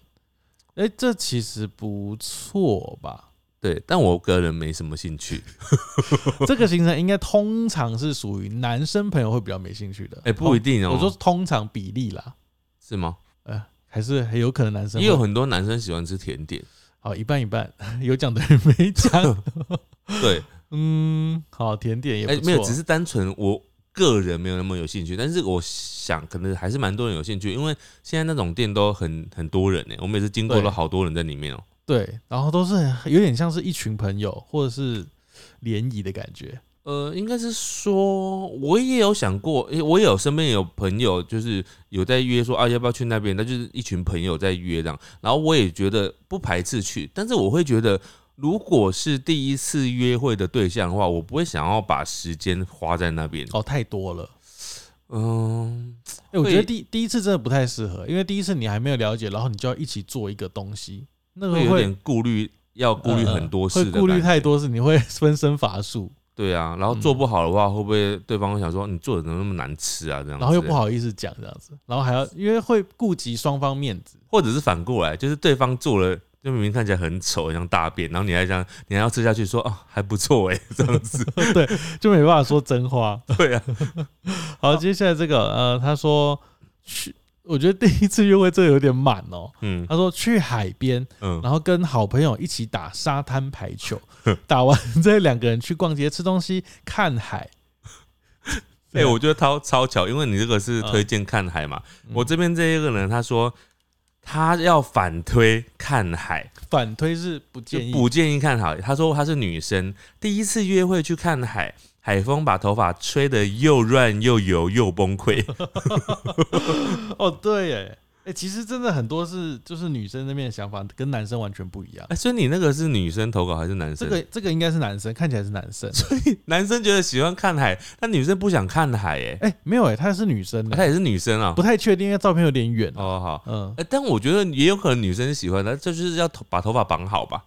哎，这其实不错吧？ 对，但我个人没什么兴趣。这个行程应该通常是属于男生朋友会比较没兴趣的。哎，不一定哦。我说通常比例啦，是吗？呃，还是很有可能男生也有会很多男生喜欢吃甜 点，好一半一半， 有讲的人没讲。 对，嗯，好，甜点也不哎，错。没有，只是单纯我个人没有那么有兴趣，但是我想可能还是蛮多人有兴趣，因为现在那种店都很很多人欸呢，我每次经过对都好多人在里面哦。对，然后都是很有点像是一群朋友或者是联谊的感觉。呃，应该是说，我也有想过，诶我也有身边有朋友，就是有在约说啊，要不要去那边？那就是一群朋友在约这样，然后我也觉得不排斥去，但是我会觉得，如果是第一次约会的对象的话，我不会想要把时间花在那边。哦，太多了。嗯，哎、我觉得会第第一次真的不太适合，因为第一次你还没有了解，然后你就要一起做一个东西，那个会会有点顾虑，要顾虑呃很多会事的、顾虑太。嗯多事，你会分身乏术，对啊，然后做不好的话，会不会对方会想说你做的怎么那么难吃啊？这样，然后又不，好意思讲这样子，然后还要因为会顾及双方面子， 或者是反过来，就是对方做了，就明明看起来很丑，像大便，然后你还想，你还要吃下去说，哦，还不错哎，这样子，就没办法说真话。 对啊，好，接下来这个呃，他说去，我觉得第一次约会这个有点满哦。 嗯他说去海边，嗯，然后跟好朋友一起打沙滩排球，打完再两个人去逛街、吃东西、看海。哎、我觉得超超巧，因为你这个嗯是推荐看海嘛，我这边这一个人他说他要反推看海，反推是不就建议，不建议看海，他说他是女生，第一次约会去看海。海风把头发吹得又乱又油又 崩溃，哦，对，耶，哎、其实真的很多是就是女生那边的想法跟男生完全不一样。哎，所以你那个是女生投稿还是男这生？个这个应该是男生，看起来是男生。男生觉得喜欢看海，但女生不想看海、哎、哎、没有哎、她是女生啊呢，她也是女生啊不。太确定，因为照片有点远、哦。哦，好。嗯，呃，但我觉得也有可能女生喜欢的，这就是要头把头发绑好吧。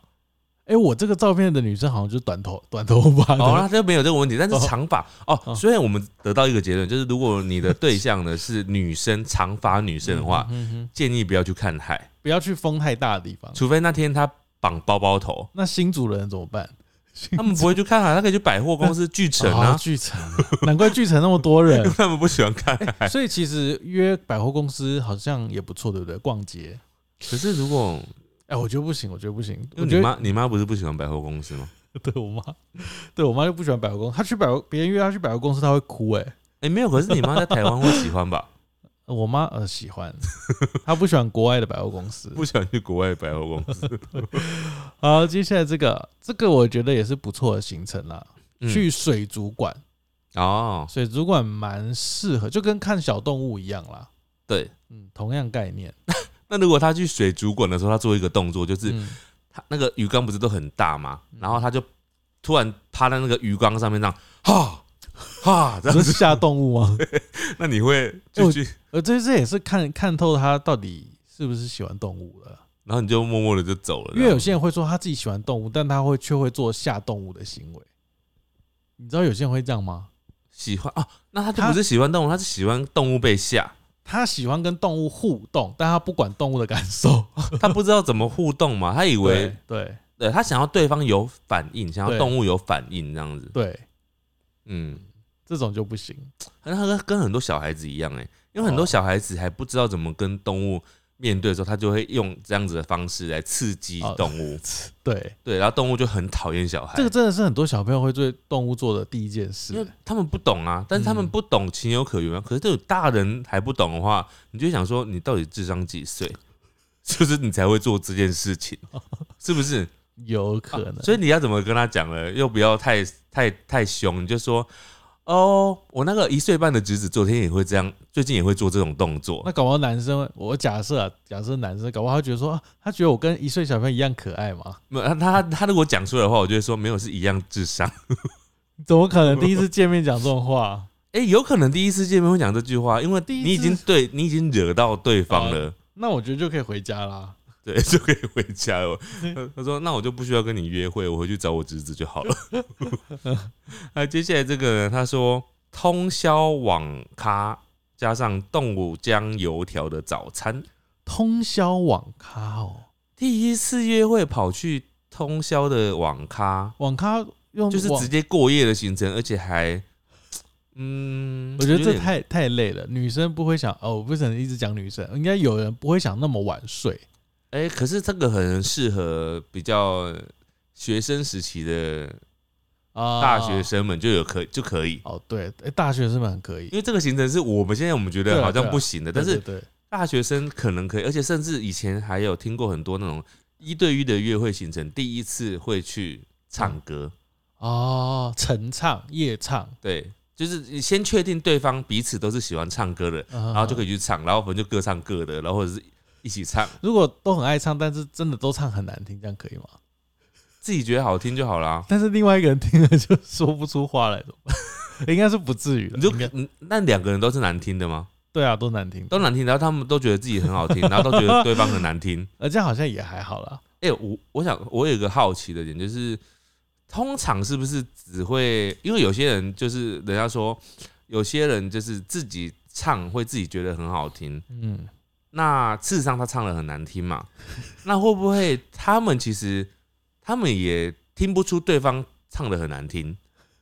哎、我这个照片的女生好像就是短头短头发的。哦，那就没有这个问题。但是哦长发哦，哦虽然我们得到一个结论，就是如果你的对象呢是女生，长发女生的话，嗯哼，建议不要去看海，不要去风太大的地方。，除非那天她绑包包头 那新主人怎么办？他们不会去看海，他可以去百货公司巨城哦啊，巨城， 难怪巨城那么多人 因为。 他们不喜欢看 海。所以其实约百货公司好像也不错，对不对？逛街，可是如果哎、我觉得不行，我觉得不行，因我为你觉得妈，你妈不是不喜欢百货公司吗？ 对我妈，对我妈就不喜欢百货公司，她去百货，别人约她去百货公司，她会哭、哎，哎，没有，可是你妈在台湾会喜欢吧？我妈呃喜欢，她不喜欢国外的百货公司。 不喜欢去国外百货公司。好，接下来这个，这个我觉得也是不错的行程啦，嗯去水族馆，哦，水族馆蛮适合，就跟看小动物一样啦，对。嗯，同样概念，那如果他去水族馆的时候，他做一个动作，就是嗯他那个鱼缸不是都很大吗？然后他就突然趴在那个鱼缸上面，这样哈哈这这样是子。吓动物吗？ 那你会就去，呃，这这也是看看透他到底是不是喜欢动物了。然后你就默默的就走了。因为有些人会说他自己喜欢动物，但他会却会做下动物的行为。你知道有些人会这样吗？喜欢啊，那他就他不是喜欢动物，他是喜欢动物被吓，他喜欢跟动物互动，但他不管动物的感受。他不知道怎么互动嘛，他以为 对对呃，他想要对方有反应，想要对动物有反应这样子。对，嗯，这种就不行。那他跟跟很多小孩子一样哎、因为很多小孩子还不知道怎么跟动物面对的时候，他就会用这样子的方式来刺激哦动 物，对，对，然后动物就很讨厌小孩。这个真的是很多小朋友会对动物做的第一件哎因为事。他们不懂啊，但是他们嗯不懂情有可原啊。可是这种大人还不懂的话，你就想说你到底智商几岁， 就是你才会做这件事情，是不是？啊有可能，所以你要怎么跟他讲呢？又不要太太太凶，你就说哦，我那个一岁半的侄子昨天也会这样，最近也会做这种动那作。搞不好男生，我假设啊，假设男生搞不好他觉得说，啊他觉得我跟一岁小朋友一样可爱嘛？没有他他他如果讲出来的话，我就会说没有是一样智 商。怎么可能第一次见面讲这种话？哎、有可能第一次见面会讲这句话，因为第一次你已经对你已经惹到对方了。那我觉得就可以回家啦。对，就可以回家了。 他他说：“那我就不需要跟你约会，我回去找我侄子就好了。” 那接下来这个呢？他说：“通宵网咖加上动物浆油条的早餐，通宵网咖哦，第一次约会跑去通宵的网咖，网咖用就是网直接过夜的行程，而且还……嗯，我觉得有这点太太累了，女生不会想哦，我不能一直讲女生，应该有人不会想那么晚睡。哎、可是这个很适合比较学生时期的啊，大学生们就有可就可以。”哦，对，诶大学生们很可以，因为这个行程是我们现在我们觉对得啊好像对啊不行的，但对是对对大学生可能可以，而且甚至以前还有听过很多那种一对一的约会行程，第一次会去嗯唱歌，哦，晨唱夜唱，对，就是你先确定对方彼此都是喜欢唱歌的，然然后就可以去唱，然后我们就各唱各的，然后或者是一起唱，如果都很爱唱，但是真的都唱很难听，这样可以吗？自己觉得好听就好啦。但是另外一个人听了就说不出话来，怎么办？ 应该是不至于的。你就啊应该嗯那两个人都是难听的吗？对啊，都难听，都难听，然后他们都觉得自己很好听，然后都觉得对方很难听。呃，这样好像也还好啦。哎、我我想我有一个好奇的点，就是通常是不是只会因为有些人就是人家说，有些人就是自己唱会自己觉得很好听，嗯，那事实上他唱的很难听嘛，那会不会他们其实他们也听不出对方唱的很难听，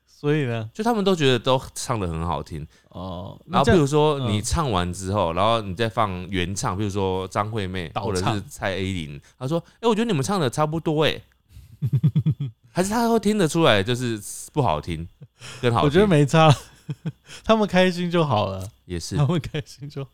所以呢，就他们都觉得都唱的很好听，哦，然那后这比样如说嗯你唱完之后，然后你再放原唱，比如说张惠妹倒或者是唱蔡依林，他说：“哎、我觉得你们唱的差不多哎、 还是他会听得出来，就是不好听跟好听。我觉得没差， 他们开心就好了，也是他。们开心就好。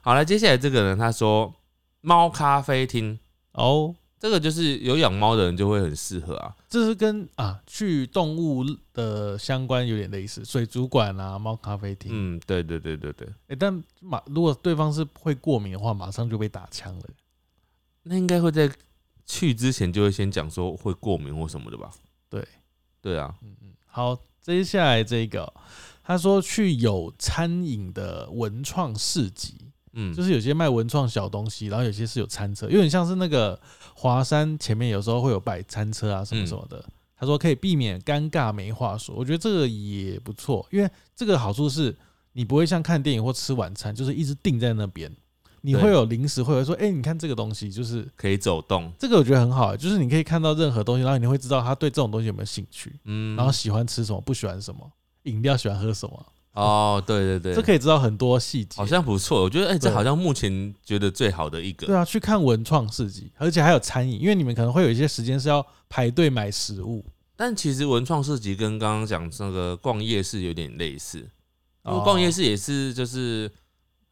好了，接下来这个人他说猫咖啡厅，哦，这个就是有养猫的人就会很适合啊。这是跟啊去动物的相关有点类似，水族馆啊、猫咖啡厅。嗯，对对对对对，诶但马如果对方是会过敏的话，马上就被打枪了。那应该会在去之前就会先讲说会过敏或什么的吧？对，对啊，嗯嗯，好，接下来这个，他说去有餐饮的文创市集，嗯，就是有些卖文创小东西，然后有些是有餐车，有点像是那个华山前面有时候会有摆餐车啊什么嗯什么的。他说可以避免尴尬没话说，我觉得这个也不错，因为这个好处是你不会像看电影或吃晚餐，就是一直定在那边，你对会有临时会有说，哎、你看这个东西，就是可以走动，这个我觉得很好、就是你可以看到任何东西，然后你会知道他对这种东西有没有兴趣。嗯，然后喜欢吃什么，不喜欢什么，饮料喜欢喝什么，哦，对对对，这可以知道很多细节。好像不错，我觉得哎、这对好像目前觉得最好的一对个。啊，去看文创市集，而且还有餐饮，因为你们可能会有一些时间是要排队买食物。但其实文创市集跟刚刚讲那个逛夜市有点类似，因为哦逛夜市也是就是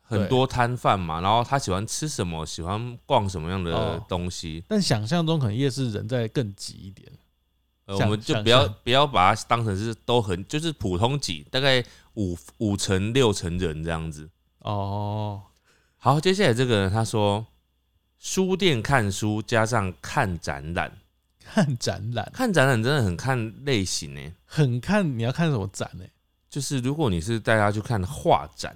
很多摊贩嘛，然后他喜欢吃什么，喜欢逛什么样的哦东西，但想象中可能夜市人在更挤一点。呃，像我们就像不要像不要把它当成是都很就是普通级，大概五五成六成人这样子。哦，好，接下来这个人他说，书店看书加上看展览，看展览，看展览真的很看类型呢、欸很看你要看什么展欸呢、就是如果你是带他去看画展，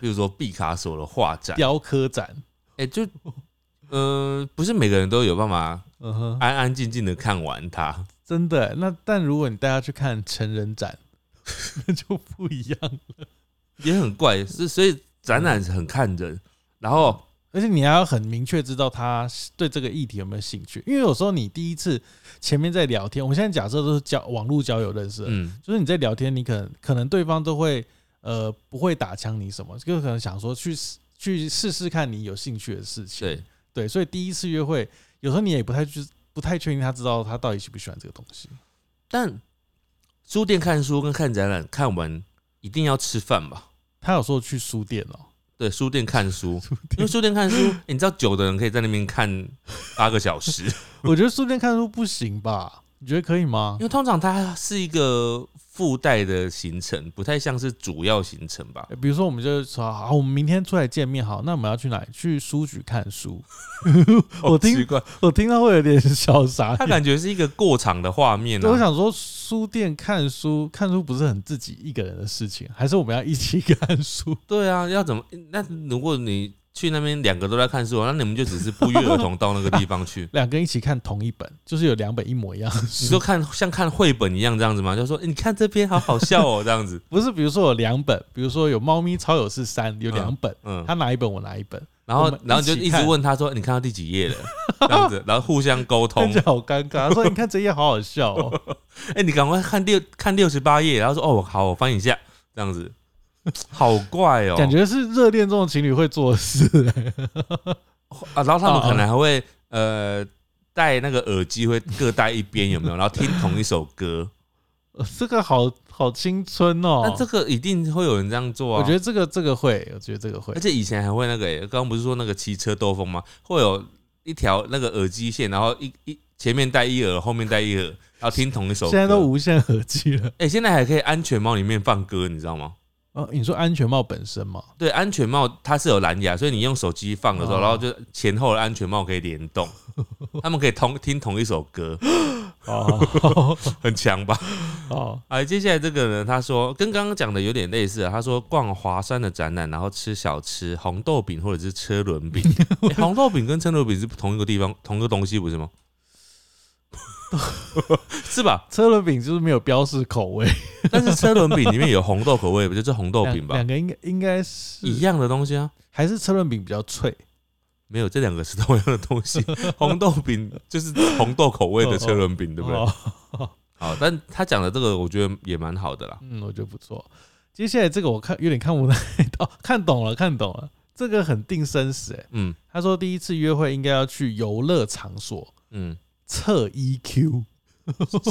比如说毕卡索的画展，哎、雕刻展。就嗯、呃不是每个人都有办法嗯哼，安安静静的看完它。真的欸、那但如果你带他去看成人展， 那就不一样。也很怪，是所以展览是很看人，然后而且你还要很明确知道他对这个议题有没有兴趣，因为有时候你第一次前面在聊天，我现在假设都是交网络交友认识的，嗯，就是你在聊天，你可能可能对方都会呃不会打枪你什么，就可能想说去试去试试看你有兴趣的事情。对，对，所以第一次约会有时候你也不太去不太确定他知道他到底喜不喜欢这个东西。但书店看书跟看展览看完一定要吃饭吧？他有时候去书店 哦、对，书店看书，因为书店看书，欸你知道久的人可以在那边看八个小时，我觉得书店看书不行吧？你觉得可以吗因？为通常它是一个附带的行程，不太像是主要行程吧。比如说，我们就说好，我们明天出来见面好，那我们要去哪里？去书局看书。 我哦奇听怪，我听到会有点小傻它眼。感觉是一个过场的画面、啊。对我想说，书店看书，看书不是很自己一个人的事情，还是我们要一起看书？ 对啊，要怎么？那如果你去那边两个都在看书，那你们就只是不约而同到那个地 方去。两个人一起看同一本，就是有两本一模一样的你书就，看像看绘本一样这样子吗？就说、欸你看这边好好笑哦，这样子。 不是？比如说有两本，比如说有《猫咪超有事三》，有两本，嗯，他拿一本，我拿一本，然我后们然后一你就起一直看问他说欸你看到第几页了，这样子，然后互相沟看通起。来好尴尬。他说：“你看这页好好笑哦。哎、你赶快看六看六十八页，然后说哦好，我翻一下，这样子，好怪 哦”，感觉是热恋中的情侣会做的事、欸 啊，然后他们哦可能还会呃戴那个耳机，会各戴一边，有没有？然后听同一首歌，呃这个好好青春哦。那这个一定会有人这样做啊。我觉得这个这个会，我觉得这个会而。且以前还会那个、欸，刚刚不是说那个骑车兜风吗？会有一条那个耳机线，然后一一前面戴一耳，后面戴一耳，然后听同一首歌。现在都无限合计了。哎、现在还可以安全帽里面放歌，你知道吗？哦，你说安全帽本身嘛？对，安全帽它是有蓝牙，所以你用手机放的时候，哦然后就前后的安全帽可以联动，他们可以同听同一首歌，哦 很强吧？哦，哎，接下来这个呢，他说跟刚刚讲的有点类似啊。他说逛华山的展览，然后吃小吃红豆饼或者是车 轮饼、欸红豆饼跟车轮饼是同一个地方同一个东西不是吗？ 是吧？车轮饼就是没有标示口 味，但是车轮饼里面有红豆口味，不就是红豆两饼吧两？个应该应该是一，样的东西啊，还是车轮饼比较脆？没有，这两个是同样的东 西。红豆饼就是红豆口味的车轮饼，对不对？哦？好，但他讲的这个我觉得也蛮好的啦。嗯，我觉得不错。接下来这个我看有点看不太到， 看懂了，看懂了，这个很定生死哎、嗯他说第一次约会应该要去游乐场所 嗯，测 EQ，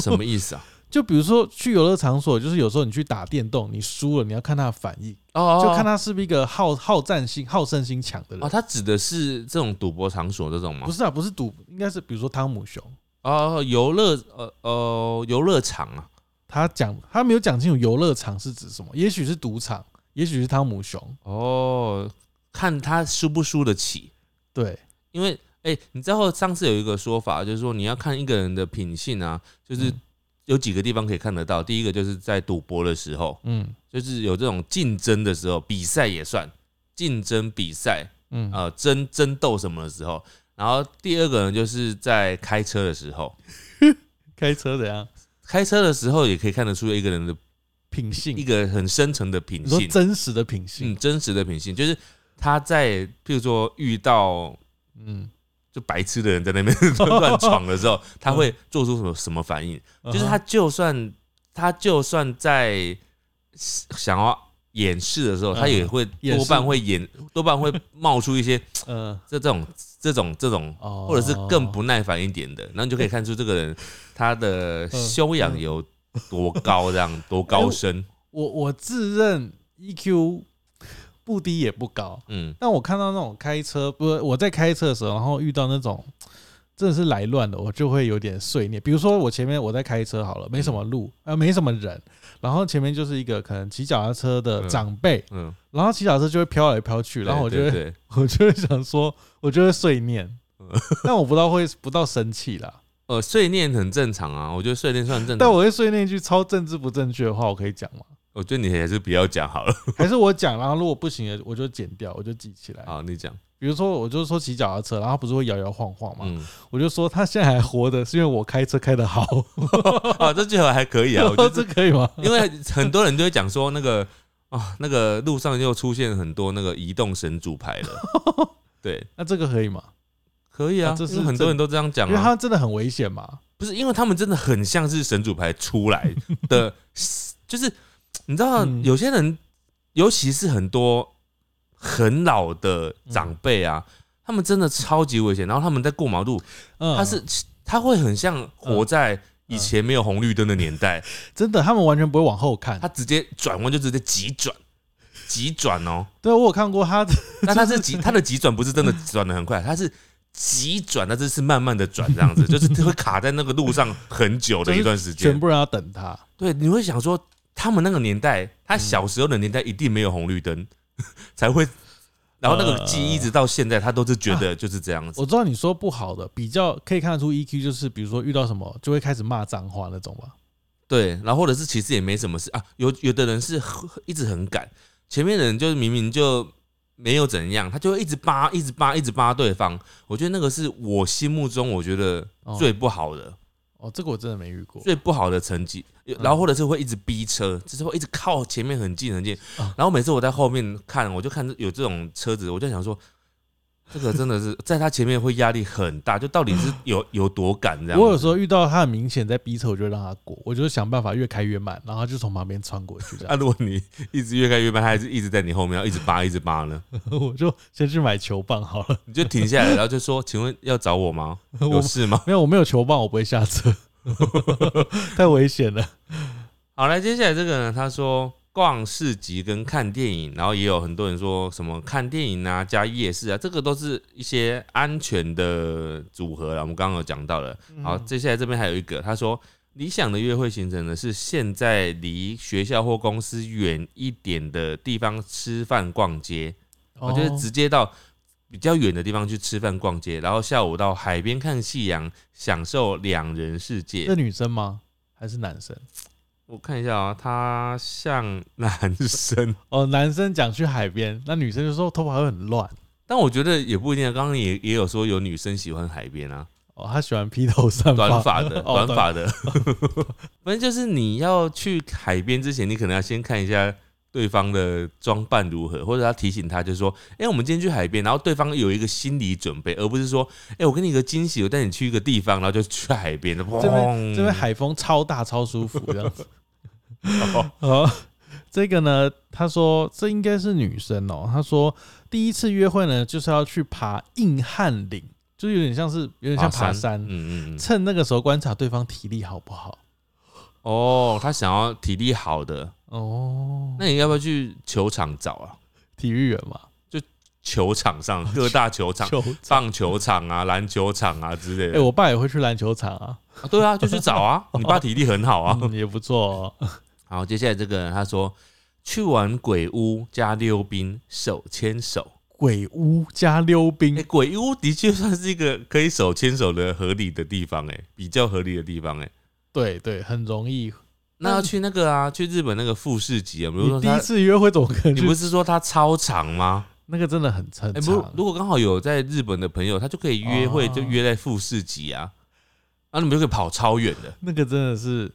什么意思啊？就比如说去游乐场所，就是有时候你去打电动，你输了，你要看他的反应，哦就看他是不是一个好好战心、好胜心强的哦，人。他指的是这种赌博场所这种吗不？是啊，不是赌，应该是比如说汤姆熊，哦，游乐呃呃游乐场啊，他讲他没有讲清楚游乐场是指什么，也许是赌场，也许是汤姆熊，哦，看他输不输得起，对，因为哎、你知道上次有一个说法，就是说你要看一个人的品性啊，就是嗯有几个地方可以看得到，第一个就是在赌博的时候，嗯就是有这种竞争的时候，比赛也算竞争比赛，嗯，呃争争斗什么的时候，然后第二个呢就是在开车的时候，开车怎样？开车的时候也可以看得出一个人的品性一，个很深层的品嗯你说性，真实的品性嗯，，真实的品性，就是他在譬如说遇到嗯，就白痴的人在那边乱闯的时候，他会做出什么什么反嗯应？就是啊他就算他就算在想要掩饰的时候，嗯他也会掩多半饰会掩多半会冒出一些 嗯，这这种这种这种，哦呃或者是更不耐烦一点的，然后你就可以看出这个人他的嗯修养有多高，这样多高深。我我自认 EQ 不低也不高，嗯，但我看到那种开车，不是我在开车的时候，然后遇到那种真的是来乱的，我就会有点碎念。比如说我前面我在开车好了，没什么路，呃，没什么人，然后前面就是一个可能骑脚踏车的嗯长辈，嗯，然后骑脚踏车就会飘来飘去，然后我就对会对对 我就会想说，我就会碎 念嗯，但我不到会不到生气啦，呃，碎念很正常啊，我觉得碎念算正常。但我会碎念一句超政治不正确的话，我可以 讲吗？我觉得你还是不要讲好了。 还是我讲，然后如果不行的，我就剪掉，我就记起来。好，你讲。比如说，我就说骑脚踏车，然后他不是会摇摇晃晃嘛，嗯，我就说他现在还活的，是因为我开车开的 好。啊，这句话还可以啊，我 觉说得这这，可以吗？因为很多人都会讲说那个啊，那个路上又出现很多那个移动神主牌了。对，那这个可以吗？可以啊，啊这因为是很真多人都这样讲因为啊，它真的很危险嘛。不是因为他们真的很像是神主牌出来的，就是你知道嗯有些人，尤其是很多很老的长辈啊，他们真的超级危险，然后他们在过马路，嗯，他是他会很像活在以前没有红绿灯的年代，真的，他们完全不会往后看他。直接转弯就直接急转，急转 哦。对，我有看过他，那他是急，他的急转不是真的转的很快，他是急转，但是是慢慢的转这样 子，就是会卡在那个路上很久的一段时全间。部人要等他。对，你会想说，他们那个年代，他小时候的年代一定没有红绿灯， 才会。然后那呃个记忆一直到现在，他都是觉得就是这样子我。知道你说不好的，比较可以看得出 EQ，就是比如说遇到什么就会开始骂脏话那种吧。对，然后或者是其实也没什么事啊。有有的人是一直很赶，前面的人就是明明就没有怎样，他就会一直扒、一直扒、一直扒对方。我觉得那个是我心目中我觉得哦最不好的。哦，这个我真的没遇过。最不好的成绩，然后或者是会一直逼车，就是会一直靠前面很近很近啊。然后每次我在后面看，我就看有这种车子，我就想说，这个真的是在他前面会压力很大，就到底 是有有多赶这样子。我有时候遇到他很明显在逼车，我就会让他过，我就想办法越开越慢，然后就从旁边穿过去这 啊，样。如果你一直越开越慢，他还是一直在你后面，要一直扒一直扒呢， 我就先去买球棒好了。你就停下来，然后就说：“请问要找我吗？有我事吗 没有，我没有球棒，我不会下 车，太危险了。？”好，来接下来这个呢，他说。逛市集跟看电影，然后也有很多人说什么看电影啊加夜市啊，这个都是一些安全的组合了。我们刚刚有讲到了，好，接下来这边还有一个，他说理想的约会行程呢是现在离学校或公司远一点的地方吃饭逛街，哦我觉得直接到比较远的地方去吃饭逛街，然后下午到海边看夕阳，享受两人世是界。女生吗？还是男生？我看一下啊，他像男生，哦，男生讲去海边，那女生就说头发会很乱。但我觉得也不一定啊。刚刚也也有说有女生喜欢海边啊，哦，她喜欢披头散发，短发 的，哦短发的。反正就是你要去海边之前，你可能要先看一下对方的装扮如何，或者要提醒他，就是说，哎、我们今天去海边，然后对方有一个心理准备，而不是说，哎、我给你一个惊喜，我带你去一个地方，然后就去海边的。这边这边砰海风超大，超舒 服这样子。哦，这个呢，他说这应该是女生哦。他说第一次约会呢，就是要去爬硬汉岭，就是有点像是有点像爬山，嗯嗯嗯。趁那个时候观察对方体力好不好。哦，他想要体力好的，哦，那你要不要去球场找啊？体育员嘛，球场上各大球场。哦球场。棒球场啊，篮球场啊之类哎、的，我爸也会去篮球场啊，啊对啊，就去找 啊。你爸体力很好啊，嗯、也不错、哦。好，接下来这个人他说去玩鬼屋加溜冰，手牵手。鬼屋加溜冰哎、，鬼屋的确算是一个可以手牵手的合理的地方、哎，比较合理的地方、哎。对对，很容易。那要去那个啊，去日本那个富士急啊，比如你说嗯第一他，次约会总可能你去不是说它超长吗？那个真的很很哎、长。不，如果刚好有在日本的朋友，他就可以约会，哦就约在富士急啊，然后你们就可以跑超远的。那个真的是，？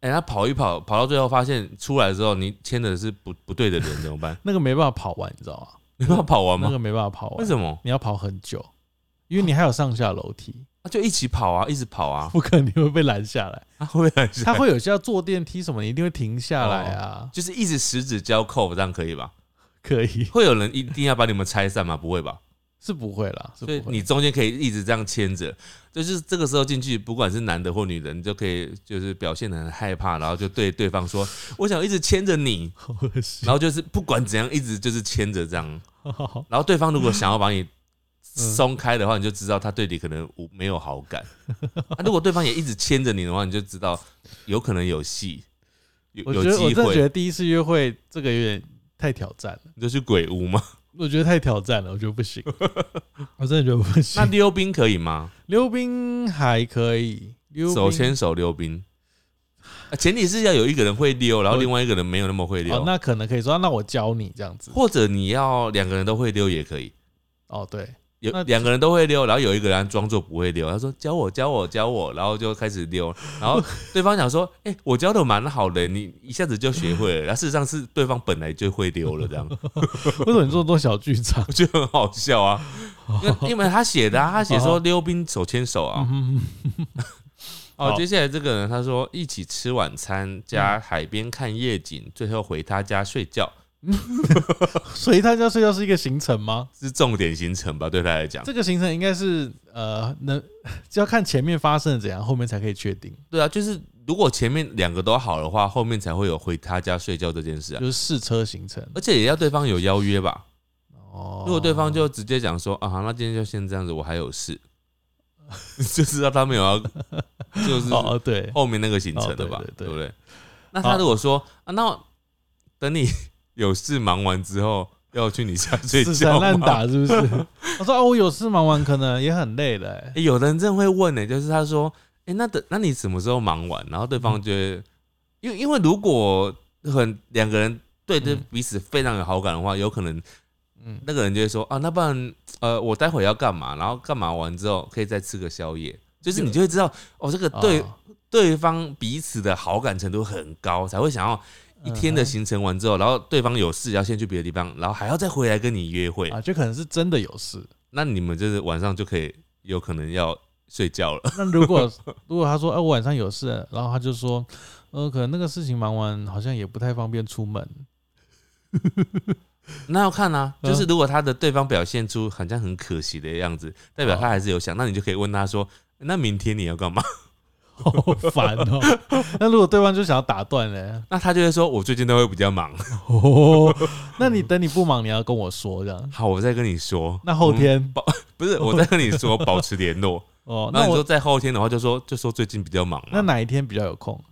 哎、他跑一跑，跑到最后发现出来之后，你牵的是不不对的人，怎么办 那个没办法跑完，你知道吗？你要跑完那吗？个没办法跑完，为什么？你要跑很久，因为你还有上下楼梯，啊，就一起跑啊，一直跑啊，不可能你会被拦下 来。他会很他会有些要坐电梯什么，你一定会停下来啊。就是一直十指交扣，这样可以吧？可以会有人一定要把你们拆散吗？不会吧？是不会啦，是不所以会。 你中间可以一直这样牵着，就是这个时候进去，不管是男的或女的，你就可以就是表现的很害怕，然后就对对方说：“我想一直牵着你。好恶”心然，后就是不管怎样，一直就是牵着这样。好然后对方如果想要把嗯你松开的话，你就知道他对你可能无没有好感。啊如果对方也一直牵着你的话，你就知道有可能有戏，有我有觉得我机真的觉会。得第一次约会这个有点太挑战了，你就去鬼屋吗？我觉得太挑战了，我觉得不行，我真的觉得不行 那。溜冰可以吗？溜冰还可以，溜冰手牵手溜冰，啊前提是要有一个人会溜，然后另外一个人没有那么会哦，溜，那可能可以说，那我教你这样子。或者你要两个人都会溜也可以。哦，对，有那两个人都会溜，然后有一个人装作不会溜，他说教我教我教我，然后就开始溜，然后对方想说，哎、我教的蛮好的，你一下子就学会了，然后事实上是对方本来就会溜了，这样为什么你这么多小剧场？ 我觉得很好笑啊，因为因为他写的、啊，他写说溜冰手牵手啊，哦嗯哦好，接下来这个人他说一起吃晚餐加海边看夜景，最后回他家睡觉所以他家睡觉是一个行程吗？是重点行程吧？对他来讲，这个行程应该是呃，能 就要看前面发生的怎样，后面才可以确定，对啊，就是如果前面两个都好的话，后面才会有回他家睡觉这件事啊就。是试车行程。而且也要对方有邀约吧？哦，如果对方就直接讲说啊，好那今天就先这样子，我还有事， 就是让他没有要，就是哦对，后面那个行程的哦，对对吧对对不对？那他如果说啊，那等你 有事忙完之后要去你家睡死缠觉烂吗？打是不是？ 我说哦，我有事忙完可能也很累了、欸欸有的人真的会问呢、欸就是他说，哎、那等那你什么时候忙完？然后对方就会，因为因为如果很两个人对对嗯彼此非常有好感的话，有可能嗯，那个人就会说啊，那不然呃，我待会要干嘛？然后干嘛完之后可以再吃个宵夜，就是你就会知道哦，这个 对、哦对方彼此的好感程度很高，才会想要嗯一天的行程完之后，然后对方有事要先去别的地方，然后还要再回来跟你约会，啊，就可能是真的有事。 那你们就是晚上就可以有可能要睡觉了。那如果如果他说，哎、我晚上有事，然后他就说，呃，可能那个事情忙完，好像也不太方便出门。 那要看啊，嗯就是如果他的对方表现出好像很可惜的样子，代表他还是有想，那你就可以问他说，那明天你要干嘛？ 好烦哦、 那如果对方就想要打断呢？那他就会说，我最近都会比较 忙， 哦，那你等你不忙，你要跟我说这样。好，我再跟你说。那后我们天不是我在跟你说保持联 络，嗯哦，那那你说我在后天的话，就说就说最近比较忙嘛，那哪一天比较有空？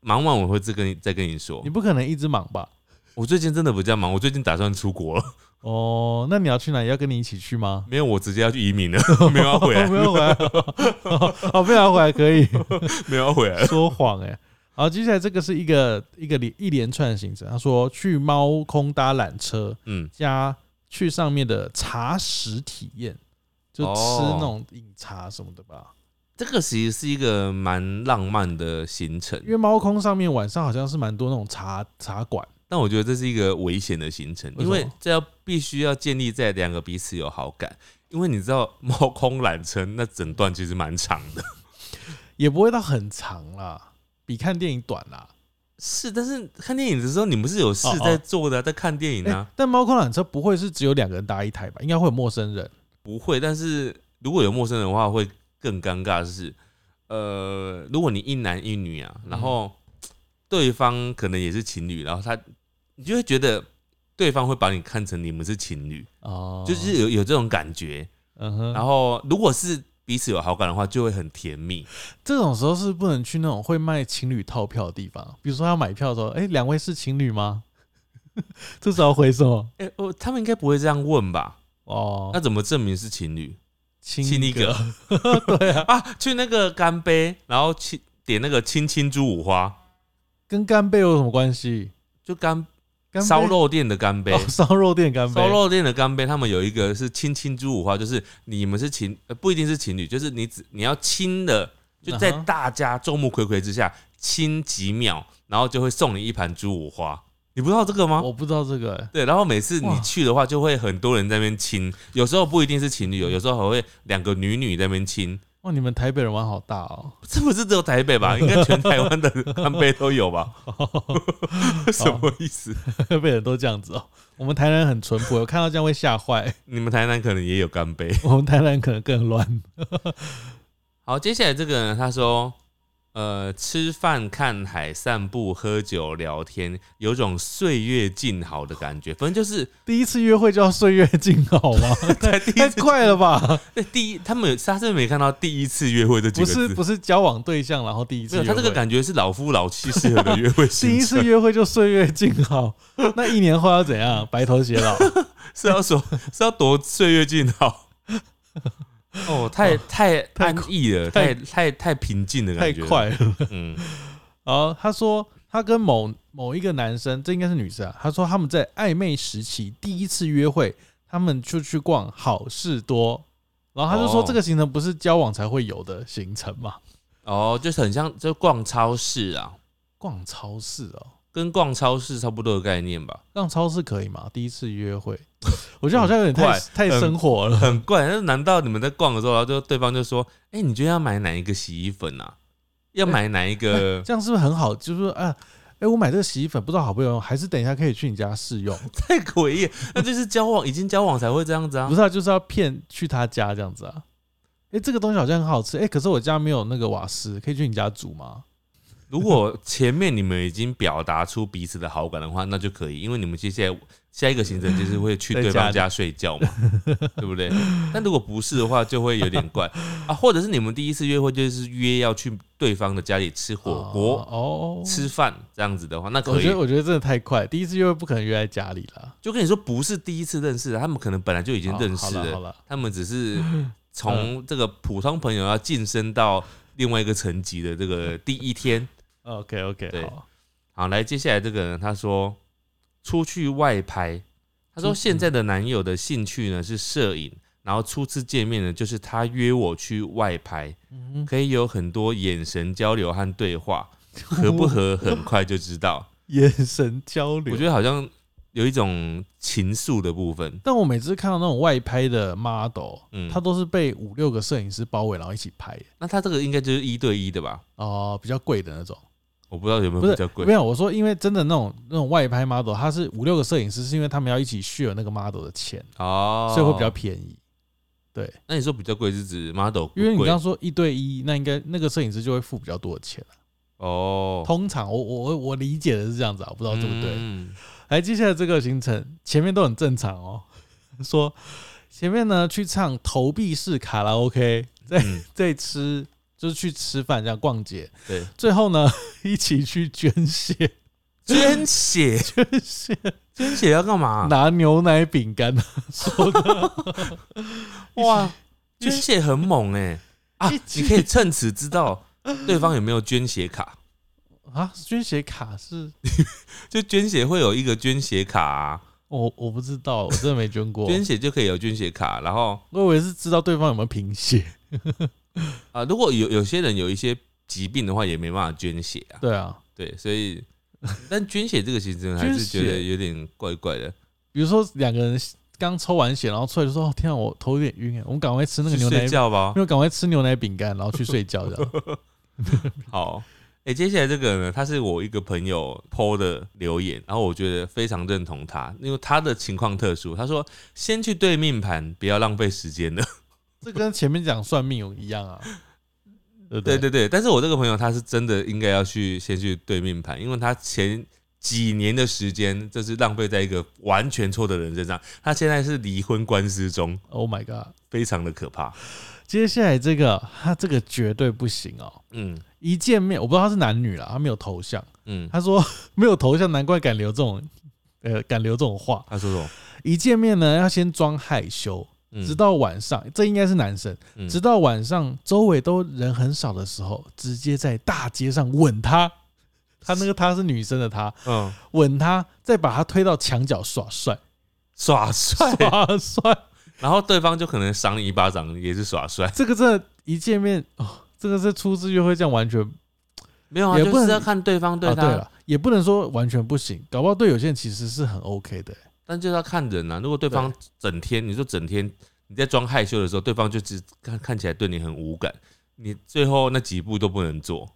忙完我会再跟你再跟你说你，不可能一直忙吧？我最近真的比较忙，我最近打算出国了，哦，那你要去哪？要跟你一起去吗？没有我直接要去移民 了，没有要回来哦，没有回 来，哦，哦没有要回来可以没有要回来了，说谎哎、好，接下来这个是一个一个连一连串的行程。他说去猫空搭缆车嗯，加去上面的茶食体验，就吃哦那种饮茶什么的吧。这个其实是一个蛮浪漫的行程，因为猫空上面晚上好像是蛮多那种茶茶馆，但我觉得这是一个危险的行程，为什因么为这要必须要建立在两个彼此有好感，因为你知道 猫空缆车那整段其实蛮长的，也不会到很长啦，比看电影短啦。是，但是看电影的时候你们是有事哦哦在做的啊、在看电影欸啊。但猫空缆车不会是只有两个人搭一台吧？应该会有陌生人。不会，但是如果有陌生人的话，会更尴尬的是，呃，如果你一男一女嗯啊，然后对方可能也是情侣，然后他，你就会觉得对方会把你看成你们是情侣，哦，就是有有这种感觉。嗯哼，然后如果是彼此有好感的话，就会很甜蜜。这种时候是不能去那种会卖情侣套票的地方，比如说要买票的时候，哎、两位是情侣吗？ 这时候回什么？哎、哦，他们应该不会这样问吧？哦，那怎么证明是情侣？亲亲一个， 对啊， 啊，去那个干杯，然后亲点那个亲亲猪五花，跟干贝有什么关系？就干干贝烧肉店的干杯哦，，烧肉店干贝，烧肉店的干杯，他们有一个是亲亲猪五花，就是你们是情，呃不一定是情侣，就是你只你要亲的，就在嗯哼大家众目睽睽之下亲几秒，然后就会送你一盘猪五花。你不知道这个吗？我不知道这个、欸对，然后每次哇你去的话，就会很多人在那边亲，有时候不一定是情侣哦，有时候还会两个女女在那边亲。哇，你们台北人玩好大哦！ 这不是只有台北吧？应该全台湾的干杯都有吧？ 什么意思？台北人都这样子哦。我们台南很淳朴，我看到这样会吓坏。 你们台南可能也有干杯。我们台南可能更乱。好，接下来这个人他说，呃，吃饭、看海、散步、喝酒、聊天，有种岁月静好的感觉。反正就是第一次约会就要岁月静好吗？在第一 太次，快了吧！对第一，他们有他是不是没看到第一次约会 这几不个是字，不是交往对象，然后第一次没有，他约这个会感觉是老夫老妻适合的约 会行第一程次约会就岁月静好， 那一年后要怎样？白头偕 老。是要说是要多岁月静 好。哦，太太太安逸了，太太太太平静的太感觉，快。了。嗯，然后他说，他跟某某一个男生，这应该是女生啊。他说他们在暧昧时期第一次约会，他他们就去逛好事多，然后他就说哦这个行程不是交往才会有的行程嘛，哦，就是很像就逛超市啊，逛超市哦，跟逛超市差不多的概念吧。逛超市可以吗？第一次约会，我觉得好像有点太太很生活了，很怪，那难道你们在逛的时候，然后就对方就说：“哎、你觉得要买哪一个洗衣 粉啊？要买哪一个这样是不是很好？就是说啊，哎、我买这个洗衣粉不知道好不好用，还是等一下可以去你家试用？”太诡异了， 那就是交往已经交往才会这样子啊不。是啊，就是要骗去他家这样子啊。哎、这个东西好像很好吃，哎、可是我家没有那个瓦斯，可以去你家煮吗？如果前面你们已经表达出彼此的好感的话，那就可以，因为你们接下来下一个行程就是会去在对家方里家睡觉 嘛，啊对不对？但如果不是的话，就会有点 怪啊，或者是你们第一次约会就是约要去对方的家里吃火锅、哦，吃饭这样子的话，那我可以觉得。我觉得真的太快，第一次约会不可能约在家里啦。就跟你说，不是第一次认识的，他们可能本来就已经认识哦好了好了，了，他们只是从这个普通朋友要晋升到另外一个层级的这个第一 天。 OK OK，对好，好，来，接下来这个人他说出去外拍，他说出现在的男友的兴趣呢是摄影，然后初次见面呢就是他约我去外拍，嗯，可以有很多眼神交流和 对话，合不合很快就知道。眼神交流。我觉得好像有一种情愫的部分，但我每次看到那种外拍的 model，嗯他都是被五六个摄影师包围，然后一起拍耶那他这个应该就是一对一的吧？哦、比较贵的那种，我不知道有没有不比是较贵没。有我说，因为真的那种那种外拍 model，他是五六个摄影师，是因为他们要一起 share 那个 model 的钱，哦，所以会比较。便宜。对，那你说比较贵是指 model 因为你贵刚刚说一对一，那应该那个摄影师就会付比较多的钱啊哦，通常我我我我理解的是这样子啊，我不知道对不对。嗯来，接下来这个行程前面都很正常哦， 说前面呢去唱投币式卡拉 OK，再嗯再吃就是去吃饭这样逛街，对，最后呢 一起去捐血，捐血，捐血捐血要干嘛？拿牛奶饼干说的哇，捐血很猛哎啊一！起你可以趁此知道对方有没有捐血卡。啊，捐血卡是就捐血会有一个捐血卡啊，我我不知道，我真的没 捐过，捐血就可以有捐血卡。然后我以为是知道对方有没有贫血， 啊，如果有有些人有一些疾病的话，也没办法捐血啊。对啊，对，所以但捐血这个行程还捐是血觉得有点怪怪的。比如说两个人刚抽完血，然后出来就说哦天啊，我头有点晕哎，我们赶快吃那个去牛奶睡觉吧因。为赶快吃牛奶饼干，然后去睡觉这样。嗯好，哎、接下来这个呢，他是我一个朋友 PO 的留言，然后我觉得非常认同他，因为他的情况特殊。他说：“先去对命盘，不要浪费时间了。这跟前面讲算命有一样啊，对”不对对对对，但是我这个朋友他是真的应该要去先去对命盘，因为他前几年的时间就是浪费在一个完全错的人身上。他现在是离婚官司中， ，Oh my god！非常的可怕。接下来这个他这个绝对不行哦。嗯一见面，我不知道他是男女啦，他没有头像。嗯，他说没有头像，难怪敢留这种，呃，敢留这种话。他说什么？一见面呢，要先装害羞，嗯直到晚上，这应该是男生，嗯直到晚上周围都人很少的时候，直接在大街上吻 他。他那个他是女生的他，嗯，吻他，再把他推到墙角耍帅，耍帅，耍帅。然后对方就可能赏你一巴掌，也是耍帅。这个真的，一见面哦，这个是初次约会，这样完全 没有啊，也就不能是要看对方对啊、他，对了，也不能说完全不行，搞不好对有些人其实是很 OK 的、但就是要看人啊。如果对方整天，你说整天你在装害羞的时候，对方就只看看起来对你很无感，你最后那几步都不能做。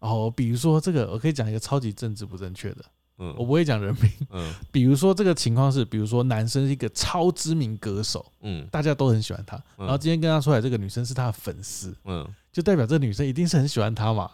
哦，比如说这个，我可以讲一个超级政治不正确的，我嗯不会讲人名。 嗯比如说这个情况是，比如说男生是一个超知名歌手，嗯大家都很喜欢他，然后今天跟他出来，这个女生是他的粉丝，嗯，就代表这个女生一定是很喜欢他嘛。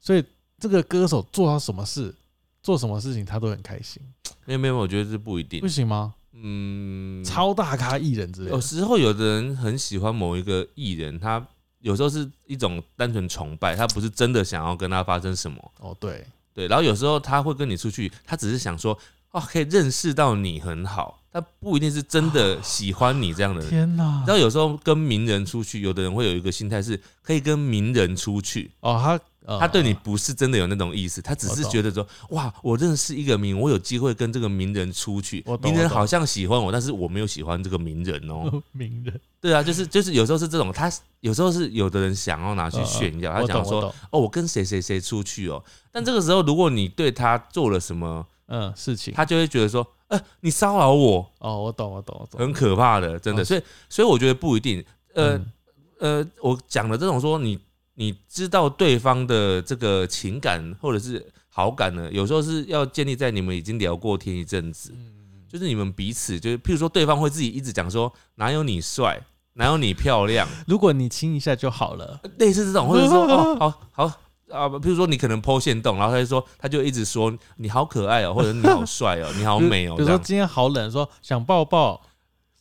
所以这个歌手做到什么事，做什么事情他都很开心，没有没有，我觉得这不一定不。行吗？嗯，哦超啊大咖艺人之类有的，时候有的人很喜欢某一个艺人，他有时候是一种单纯崇拜，他不是真的想要跟他发生什么。哦，对，对，然后有时候他会跟你出去，他只是想说啊，可以认识到你很好，但不一定是真的喜欢你这样的人。啊天啊哪你知！道有时候跟名人出去，有的人会有一个心态是可以跟名人出去，哦，他、呃他对你不是真的有那种意思，他只是觉得说，哇，我认识一个名，我有机会跟这个名人出去我，懂名我人懂好像喜欢我，但是我没有喜欢这个名人哦、 名人对啊，就是就是有时候是这种，他有时候是有的人想要拿去炫耀，他哦呃讲，呃我懂我说懂哦，我跟谁谁谁出去哦，但这个时候如果你对他做了什么，嗯，事情他就会觉得说，呃，你骚扰我，哦，我懂，我懂，我懂，很可怕的，真的。哦所以所以我觉得不一定，呃嗯呃，我讲的这种说你你知道对方的这个情感或者是好感呢，有时候是要建立在你们已经聊过天一阵嗯子，就是你们彼此就是，譬如说对方会自己一直讲说哪有你帅。哪有你漂亮？如果你亲一下就好了，类似这种，或 者说哦，好好啊，比如说你可能剖线洞，然后他就说，他就一直说你好可爱哦，或者你好帅 哦，你好美哦，比这如说样。今天好冷，说想抱抱，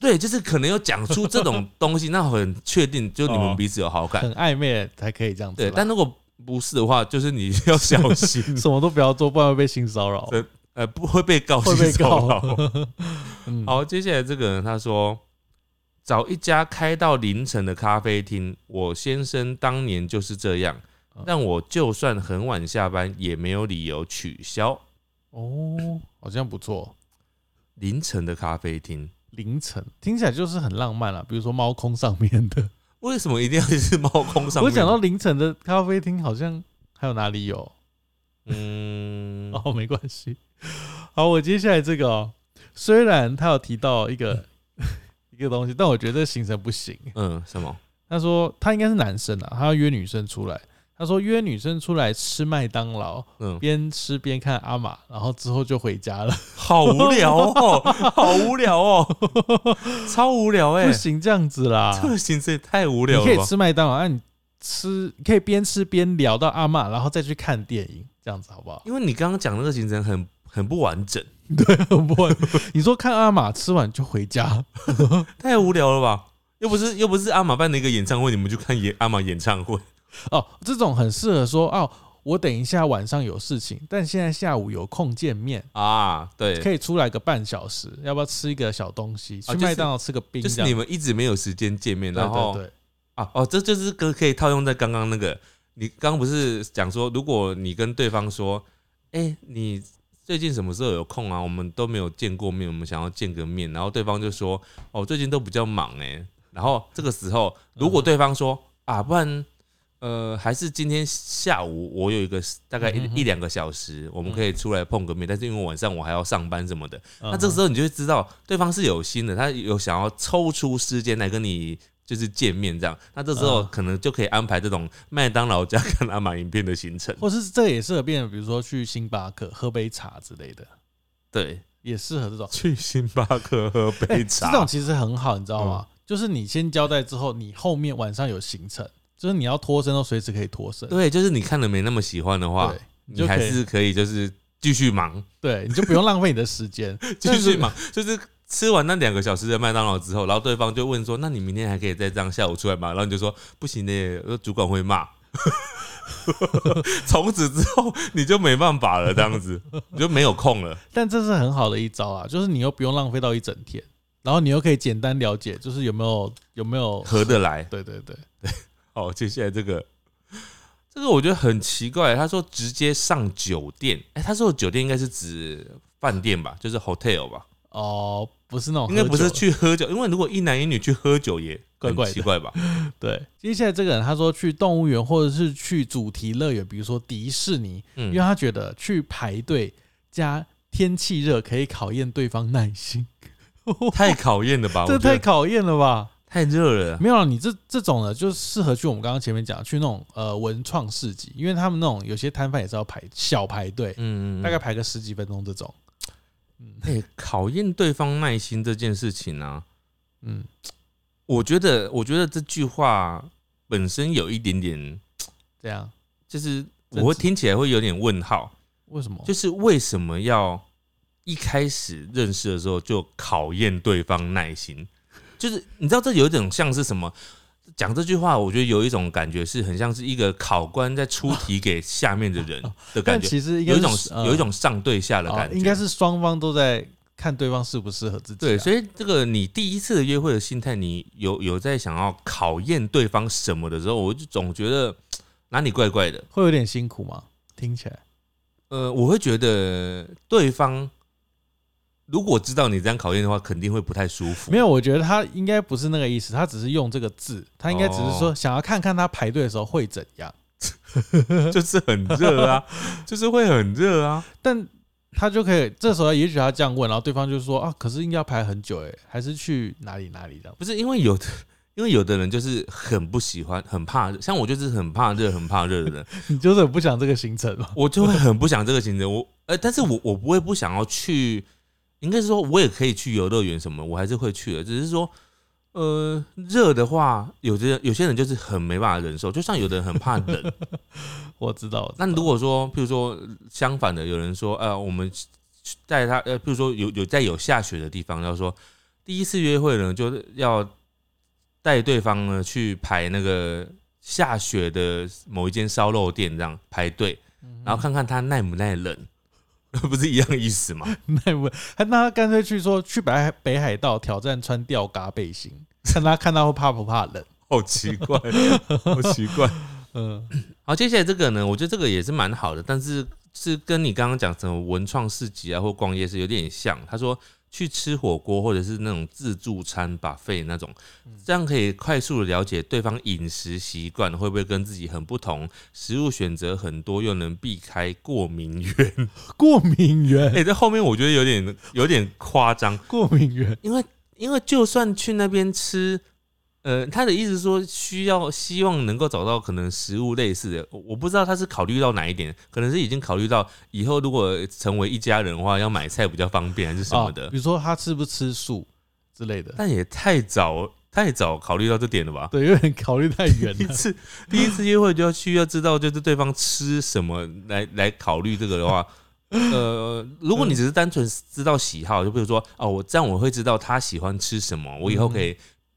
对，就是可能有讲出这种东西，那很确定就你们彼此有 好感。很暧昧才可以这样子啦。对，但如果不是的话，就是你要小 心，什么都不要做，不然会被性骚扰。对呃，不会被告会性被骚扰。 嗯， 好，接下来这个人他说，找一家开到凌晨的咖啡厅，我先生当年就是这样，嗯但我就算很晚下班，也没有理由取消哦，好像不错。凌晨的咖啡厅。凌晨听起来就是很浪漫啊啦，比如说猫空上面的。为什么一定要是猫空上面？我讲到，凌晨的咖啡厅，好像还有哪里有？嗯，哦，没关系。好，我接下来这个、哦，虽然他有提到一 个一个东西，但我觉得这行程不行。嗯，什么？他说他应该是男生啊，他要约女生出来。他说约女生出来吃麦当劳，嗯，边吃边看阿玛，然后之后就回家了。好无 聊哦，好无聊哦，超无聊 哎、不行，这样子 啦，这个行程也太无你聊可了以吧？吃麦当劳，那、啊你吃你可以边吃边聊到阿玛，然后再去看电影，这样子好不 好？因为你刚刚讲那个行程很很不完整，不会，你说看阿玛吃完就回家， 太无聊了吧？又不是又不是阿玛办的一个演唱会，你们去看演阿玛演唱会，哦，这种很适合说哦，我等一下晚上有事情，但现在下午有空见面，啊，对，啊可以出来个半小时，要不要吃一个小东西？去就是麦当劳吃个冰，就是这样你们一直没有时间见面，对然对后对，啊哦，这就是可可以套用在刚刚那个，你刚刚不是讲说，如果你跟对方说，哎、你最近什么时候有空啊？我们都没有见过面，我们想要见个面，然后对方就说，哦，最近都比较忙哎、然后这个时候，如嗯果对方说啊，不然呃，还是今天下午我有一个大概嗯哼哼嗯一一两个小时，我们可以出来碰个面，但是因为晚上我还要上班什么的，那那这个时候你就会知道对方是有心的，他有想要抽出时间来跟你就是见面这样。那这时候嗯可能就可以安排这种麦当劳加看阿玛影片的 行程。或是这也适合变成，比如说去星巴克喝杯茶之类的，对，也适合这种。去星巴克喝 杯茶，哎这种其实很好，你知道吗？嗯就是你先交代之后，你后面晚上有行程，就是你要脱身都随时可以脱身。对，就是你看了没那么喜欢的话对，，你你就可还以是可以就是继续忙，对，你就不用浪费你的时间。 继但续是忙，就是。吃完那两个小时的麦当劳之后，然后对方就问说：“那你明天还可以再这样下午出来吗？”然后你就说：“不行的，呃主管会骂。” 从此之后你就没办法了，这样子你就没有空了。但这是很好的一招啊，就是你又不用浪费到一整天，然后你又可以简单了解，就是有没有有没有合得来。对对对，好，接下来这个，这个我觉得很奇怪。他说直接上酒店，哎、他说的酒店应该是指饭店吧，就是 hotel 吧，哦，不是那种应该喝不酒是的去喝酒，因为如果一男一女去喝酒也怪很怪的奇怪吧？对。接下来这个人他说去动物园或者是去主题乐园，比如说迪士尼，因为嗯，他觉得去排队加天气热可以考验对方耐心，太考验了 吧？这啊我觉得太考验了吧？太热了。没有啊，你这这种呢，就适合去我们刚刚前面讲的去那种呃文创市集，因为他们那种有些摊贩也是要排小排队，嗯，大概排个十几分钟这种。哎、考验对方耐心这件事情啊，嗯，我觉得，我觉得这句话本身有一点点，这样就是我会听起来会有点问号。为什么？就是为什么要一开始认识的时候就考验对方耐心？就是你知道这有一种像是什么？讲这句话，我觉得有一种感觉是很像是一个考官在出题给下面的人的 感但觉，其实应该有一种是呃有一种上对下的哦感觉，应该是双方都在看对方适不适合自己啊。对，所以这个你第一次的约会的心态，你有有在想要考验对方什么的时候，我就总觉得哪里怪怪的。会有点辛苦吗？听起来呃，我会觉得对方如果知道你这样考验的话，肯定会不太舒服。没有，我觉得他应该不是那个意思，他只是用这个字，他应该只是说哦想要看看他排队的时候会怎样，就是很热 啊，就是会很热啊。但他就可以这时候也许他这样问，然后对方就说啊，可是应该要排很久诶、还是去哪里哪里这样。 不是因为有的，因为有的人就是很不喜欢，很怕热，像我就是很怕热、很怕热的人，你就是很不想这个行程嘛？我就会很不想这个行程。我呃，但是我我不会不想要去，应该是说我也可以去游乐园什么，我还是会去的。只是说，呃，热的话，有的人有些人就是很没办法忍受，就像有的人很怕冷。 我知道，我知道那如果说，譬如说相反的，有人说，呃，我们带他，呃，譬如说有有在有下雪的地方，要说第一次约会呢，就是要带对方呢去排那个下雪的某一间烧肉店，这样排队，然后看看他耐不耐冷， 不是一样意思吗？那不，他那他干脆去说去北海北海道挑战穿吊嘎背心， 看他看他会怕不怕冷。 好奇怪，好奇怪。嗯，好，接下来这个呢，我觉得这个也是蛮好的，但是是跟你刚刚讲什么文创市集啊，或逛夜市有点像。他说去吃火锅或者是那种自助餐 buffet 那种，这样可以快速的了解对方饮食习惯会不会跟自己很不同，食物选择很多又能避开过敏源。过敏 哎、源，在后面我觉得有点有点夸张， 过敏源，因为因为就算去那边吃，呃，他的意思说需要希望能够找到可能食物类似的，我我不知道他是考虑到哪一点，可能是已经考虑到以后如果成为一家人的话，要买菜比较方便还是什么的，啊比如说他吃不吃素之类的，但也太早太早考虑到这点了吧？对，有点考虑太远第 一了。次第一次约会就要需要知道就是对方吃什么来来考虑这个的话。呃，如果你只是单纯知道喜好，就比如说哦，我这样我会知道他喜欢吃什么，我以后可以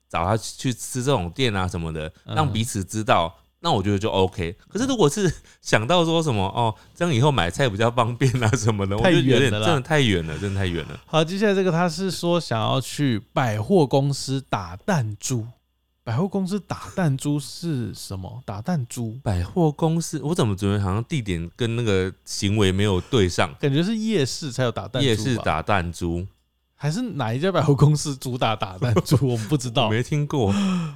找他去吃这种店啊什么的，嗯让彼此知道，那我觉得就 OK。可是如果是想到说什么哦，这样以后买菜比较方便啊什么的，我太就有远点了真啦的太远了，真的太远了。好，接下来这个他是说想要去百货公司打弹珠，百货公司打弹珠是什么？打弹珠百货公司，我怎么觉得好像地点跟那个行为没有对上？感觉是夜市才有打弹珠吧，夜市打弹珠，还是哪一家百货公司主打打弹 珠？我们不知我道没听过。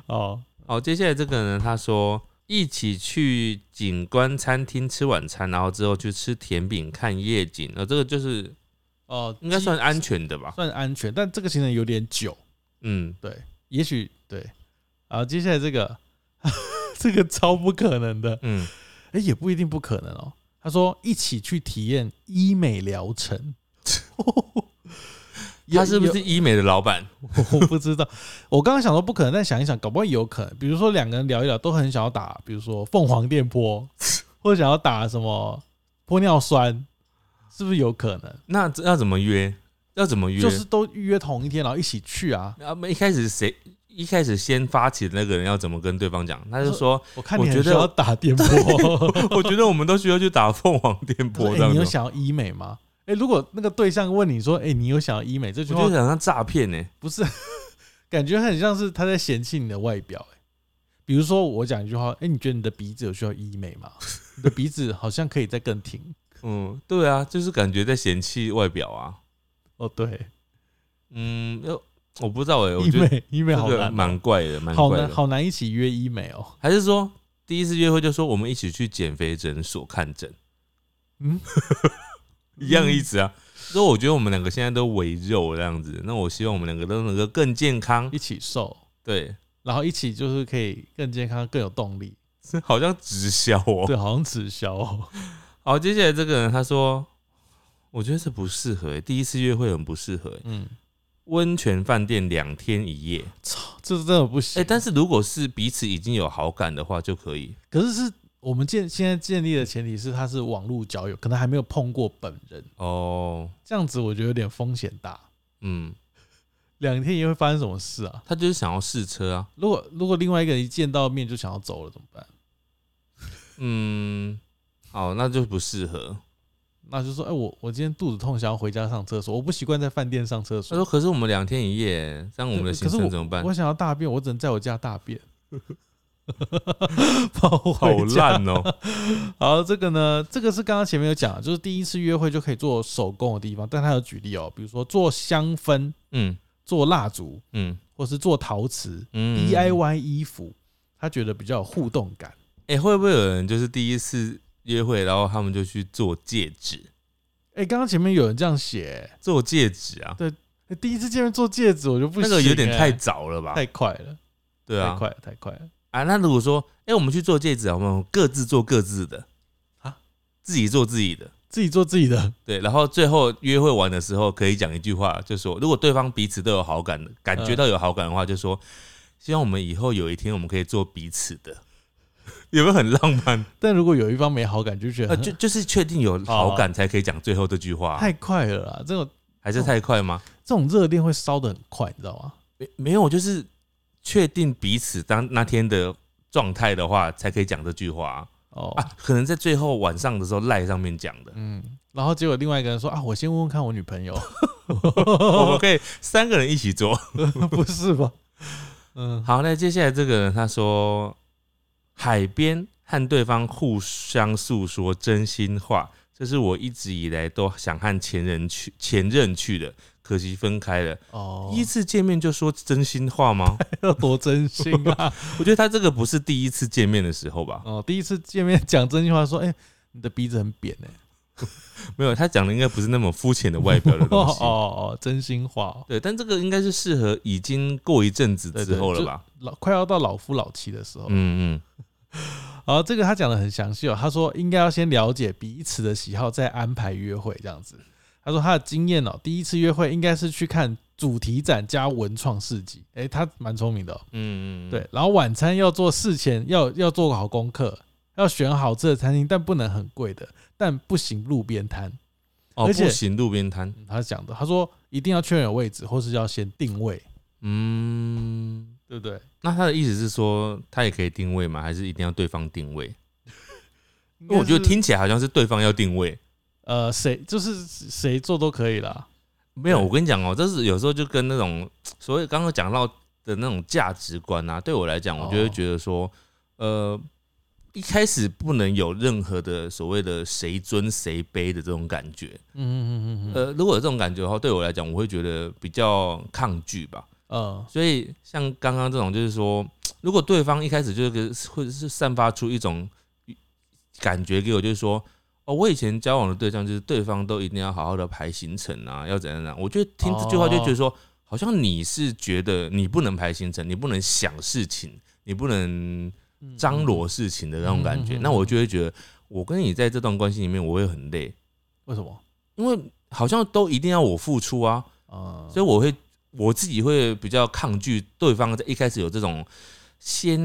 哦。哦，接下来这个呢，他说一起去景观餐厅吃晚餐，然后之后去吃甜饼看夜景，呃，这个就是哦，应该算安全的吧？算安全，但这个行程有点久，嗯，对，也许对。好，接下来这个， 这个超不可能的，嗯，哎、也不一定不可能哦。他说一起去体验医美疗 程，有他是不有是医美的老板？我不知道，我刚刚想说不可能，但想一想，搞不好有可能。比如说两个人聊一聊，都很想要打，比如说凤凰电波，或者想要打什么玻尿酸，是不是有可能？那这要怎么约？要怎么约？就是都预约同一天，然后一起去啊！啊，没一开始谁一开始先发起的那个人要怎么跟对方讲？他就说，我看你我很觉需得要打电波， 我觉得我们都需要去打凤凰电他说 波欸这样你有子。想要医美吗？哎、如果那个对象问你说，哎、你有想要医美，这句我话觉得很像诈骗呢。不是，感觉很像是他在嫌弃你的外表、欸。比如说我讲一句话，哎、你觉得你的鼻子有需要医美吗？你的鼻子好像可以再更挺。嗯，对啊，就是感觉在嫌弃外表啊。哦，对，嗯，要我不知道哎、我医觉得美医美好这个难哦、蛮怪的，蛮好怪难的。好难一起约医美哦。还是说第一次约会就说我们一起去减肥诊所看诊，嗯，一样意思啊。所以我觉得我们两个现在都围肉这样子，那我希望我们两个都能够更健康。一起瘦，对，然后一起就是可以更健康、更有动力。这好像直销哦。对，好像直销、哦。好，接下来这个人他说，我觉得这不适合欸、第一次约会很不适合欸、嗯，温泉饭店两天一夜。这真的不行。哎、但是如果是彼此已经有好感的话，就可以。可是是我们建现在建立的前提是他是网络交友，可能还没有碰过本人，哦，这样子我觉得有点风险大。嗯，两天一夜会发生什么事啊？他就是想要试车啊。如果如果另外一个人一见到面就想要走了怎么办？嗯，好，那就不适合。那就说，哎、我我今天肚子痛，想要回家上厕所，我不习惯在饭店上厕他所。说：“可是我们两天一夜，这样我们的行可是程我怎么办我想要大便，我只能在我家大 便。 跑？”好回家烂哦！好，这个呢，这个是刚刚前面有讲，就是第一次约会就可以做手工的地方，但它有举例哦，比如说做香氛、嗯做蜡烛，嗯或是做陶瓷、嗯 DIY 衣服，他觉得比较有互动感。哎、会不会有人就是第一次约会，然后他们就去做戒指？哎、刚刚前面有人这样写、做戒指啊，欸第一次见面做戒指，我就不那行、个有点欸太早了吧？太快了，对啊太，快了，太快了。啊，那如果说，哎、我们去做戒指啊，我们各自做各自的啊，自己做自己的。自己做自己的， 对，然后最后约会完的时候，可以讲一句话，就说如果对方彼此都有好感，感觉到有好感的话，就说希望我们以后有一天我们可以做彼此的， 有没有很浪漫？但如果有一方没好感，就觉得呃，就就是确定有好感才可以讲最后这句话啊，太快了啦。这种还是太快吗？这种热恋会烧得很快，你知道吗？没没有，就是确定彼此当那天的状态的话，才可以讲这句话啊哦，啊，可能在最后晚上的时候赖上面讲的。嗯，然后结果另外一个人说啊，我先问问看我女朋友， 我们可以三个人一起做。 不是吧？嗯，好，那接下来这个人他说，海边和对方互相诉说真心话，这是我一直以来都想和前任去前任去的，可惜分开了。哦，第一次见面就说真心话吗？ 要多真心啊！我觉得他这个不是第一次见面的时候吧？ 哦，第一次见面讲真心话，说哎、你的鼻子很扁哎、没有，他讲的应该不是那么肤浅的外表的哦东西。 哦哦，真心话、哦，对，但这个应该是适合已经过一阵子对之对后了就吧？老快要到老夫老妻的时候。嗯嗯，好，这个他讲的很详细哦。他说应该要先了解彼此的喜好，再安排约会这样子。他说他的经验哦，第一次约会应该是去看主题展加文创市集。诶、他蛮聪明的、哦，嗯嗯，对。然后晚餐要做事前要要做好功课，要选好吃的餐厅，但不能很贵的，但不行路边摊。哦，而且不行，路边摊，嗯他讲的，他说一定要确认有位置，或是要先定位，嗯，对不对？那他的意思是说，他也可以定位吗？还是一定要对方定位？因因为我觉得听起来好像是对方要定位。呃谁就是谁做都可以啦。没有，对我跟你讲哦、这是有时候就跟那种所谓刚刚讲到的那种价值观啊，对我来讲，我就会哦觉得说，呃，一开始不能有任何的所谓的谁尊谁卑的这种感觉。嗯嗯嗯嗯嗯呃，如果有这种感觉的话，对我来讲，我会觉得比较抗拒吧。呃所以像刚刚这种，就是说，如果对方一开始就是个会是散发出一种感觉给我，就是说，哦，我以前交往的对象就是对方都一定要好好的排行程啊，要怎样怎样。我就听这句话哦就觉得说，好像你是觉得你不能排行程，你不能想事情，你不能嗯张罗事情的那种感嗯觉。嗯嗯嗯那我就会觉得，我跟你在这段关系里面，我会很累，为什么？因为好像都一定要我付出啊。呃，所以我会我自己会比较抗拒对方在一开始有这种先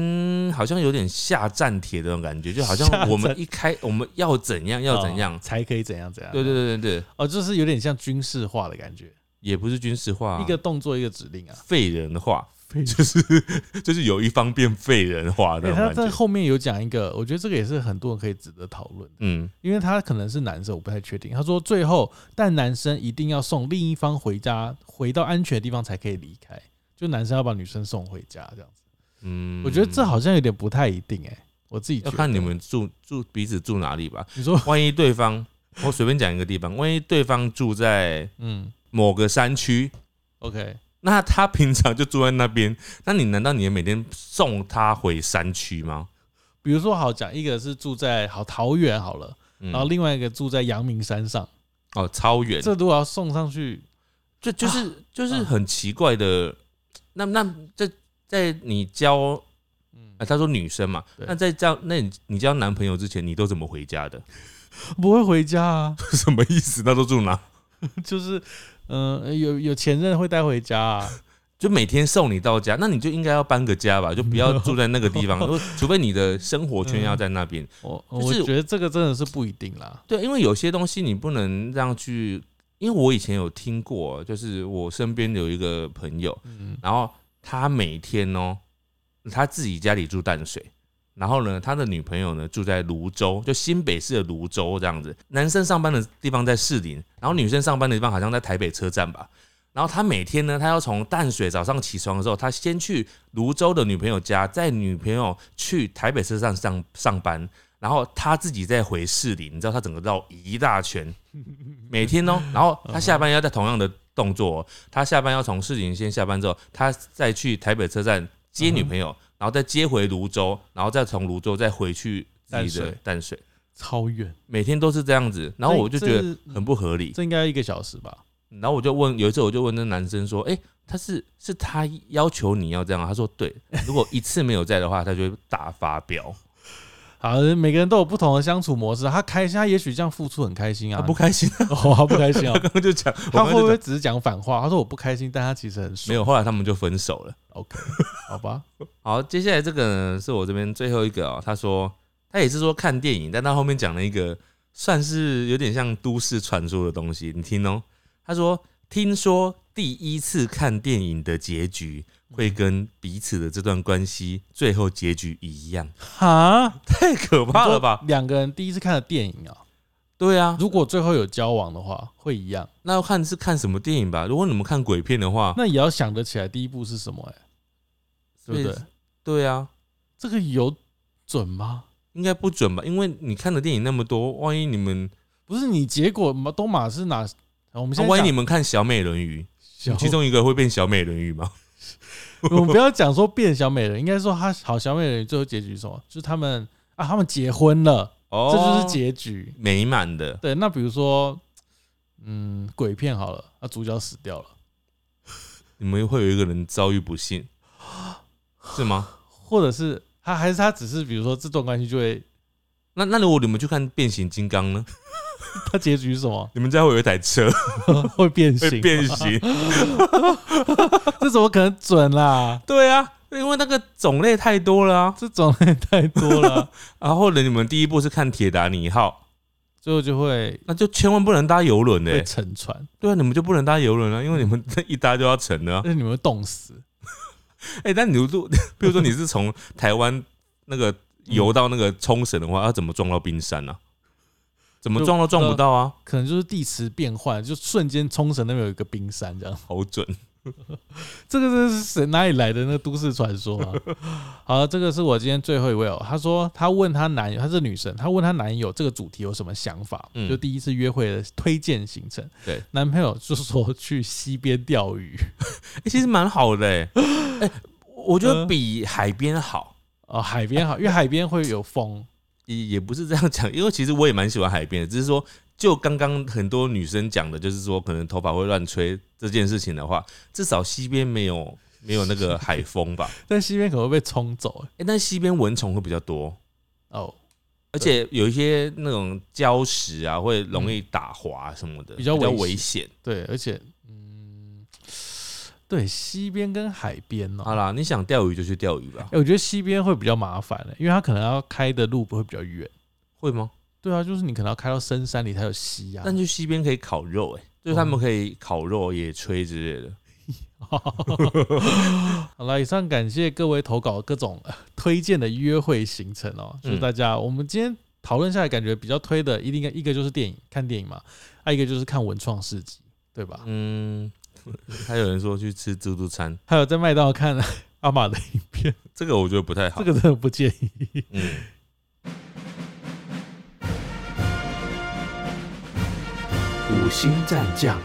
好像有点下战帖的那种感觉，就好像下战我们一开我们要怎样要怎样哦，才可以怎样怎样。对对，对对对，哦，就是有点像军事化的感觉，也不是军事化啊、一个动作一个指令啊。废人话，就是 就是有一方变废人化欸、的他那种在感觉，后面有讲一个，我觉得这个也是很多人可以值得讨论的，嗯，因为他可能是男生，我不太确定。他说最后，但男生一定要送另一方回家，回到安全的地方才可以离开，就男生要把女生送回家这样子。嗯我觉得这好像有点不太一定哎、我自己觉要得看你，们住住彼此住哪里吧。你说万一对方，我随便讲一个地方，万一对方住在嗯某个山区， ，OK，那他平常就住在那边， 那你难道你也每天送他回山区吗？比如说好讲一个是住在好桃园好了，嗯然后另外一个住在阳明山上，哦，超远，啊这啊如果要送上去，就就是、就是很奇怪的。那那在在你交嗯啊，他说女生嘛，对那在交那你你交男朋友之前，你都怎么回 家的？不会回家啊， 什么意思？那都住哪？就是嗯、呃有有前任会带回家啊，就每天送你到家，那你就应该要搬个家吧，就 不要住在那个地方，如果除非你的生活圈要在那边。我、就是我觉得这个真的是不一定啦，对，因为有些东西你不能让去因为我以前有听过，就是我身边有一个朋友，嗯然后他每天哦，他自己家里住淡水，然后呢，他的女朋友呢住在泸州，就新北市的泸州这样子。男生上班的地方在士林，然后女生上班的地方好像在台北车站吧。然后他每天呢，他要从淡水早上起床的时候，他先去泸州的女朋友家，在女朋友去台北车站上上班，然后他自己再回士林，你知道他整个绕一 大圈，每天哦，然后他下班要在同样的动作、哦，他下班要从士林先下班之后，他再去台北车站接女朋友，嗯然后再接回泸州，然后再从泸州再回去自己的淡水淡水，超远，每天都是这样子，然后我就觉得这嗯很不合理。这应该一个小时吧？然后我就问，有一次我就问那男生说：“哎、他是是他要求你要这样啊？”他说：“对，如果一次没有在的话，他就会大发飙，好，每个人都有不同的相处模式。他开心，他也许这样付出很开心他啊。不开心。 哦，他不开心啊 我。刚刚就讲， 我他刚刚会不就会讲只是讲反话？他说我不开心，但他其实很没爽。有。后来他们就分手了。 OK，好吧。好，接下来这个呢是我这边最后一个哦。他说他也是说看电影，但他后面讲了一个算是有点像都市传说的东西，你听哦。他说听说第一次看电影的结局会跟彼此的这段关系最后结局一样，哈，太可怕了吧？两个人第一次看的电影啊，对 啊，如果最后有交往的话，会一样。那要看是看什么电影吧。如果你们看鬼片的话，那也要想得起来第一步是什么、欸，对不对？对啊，这个有准吗？应该不准吧？因为你看的电影那么多，万一你们，啊不是你结果嘛都马是哪？好我们先万一你讲们看小美人鱼，小，其中一个会变小美人鱼吗？ 我们不要讲说变小美人，应该说她好小美人最后结局是什么？就是他们啊，他们结婚了，哦这就是结局。美满的，对，那比如说，嗯，鬼片好了，啊，主角死掉了，你们会有一个人遭遇不 幸，是吗？或者是他还是他只是比如说这段关系就会，那那如果你们去看变形金刚呢？他结局是什 么？你们家会有一台车会变会形，变形， 这怎么可能准啦？对啊，因为那个种类太多了啊。这种人也太多了，然后呢，你们第一步是看铁达尼号，最后就会那就千万不能搭游轮欸会嘞。沉船， 对啊，你们就不能搭游轮了，因为你们这 一搭就要沉了啊。那你们会冻死。哎、但你如果比如说你是从台湾那个游到那个冲绳的话，要怎么撞到冰山呢、啊？怎么撞都撞不到啊，可能就是地磁变换，就瞬间冲绳那边有一个冰山这样。好准。这个真的是谁哪里来的那个都市传说 啊？好，这个是我今天最后一位哦。她说她问她男友，她是女生，她问她男友这个主题有什么想法？嗯就第一次约会的推荐行程。对，男朋友就说去西边钓鱼欸其实蛮好的、 欸，哎、我觉得嗯比海边好，哦，海边好，因为海边会有风。 也也不是这样讲，因为其实我也蛮喜欢海边的，只是说就刚刚很多女生讲的，就是说可能头发会乱吹这件事情的话，至少西边没有没有那 个海风吧，但西边可能会被冲走哎、但西边蚊虫会比较多，哦，而且有一些那种礁石啊，会容易打滑什么的，嗯比较危危险。对，而且嗯，对，西边跟海边哦，好啦，你想钓鱼就去钓鱼吧，欸我觉得西边会比较麻烦、欸，因为它可能要开的路不会比较远。会吗？对啊，就是你可能要开到深山里才有溪啊。哦但去西边可以烤肉、欸，哎，就是他们可以烤肉、野炊之类的。 好了，以上感谢各位投稿各种呃推荐的约会行程哦，就是嗯大家、我们今天讨论下来，感觉比较推的一定一个就是电影，看电影嘛，啊，一个就是看文创市集，对吧？嗯， 还有人说去吃自助餐，还有在麦当劳看 阿玛的影片，这个我觉得不太好。这个真的不建议。嗯，五星战将，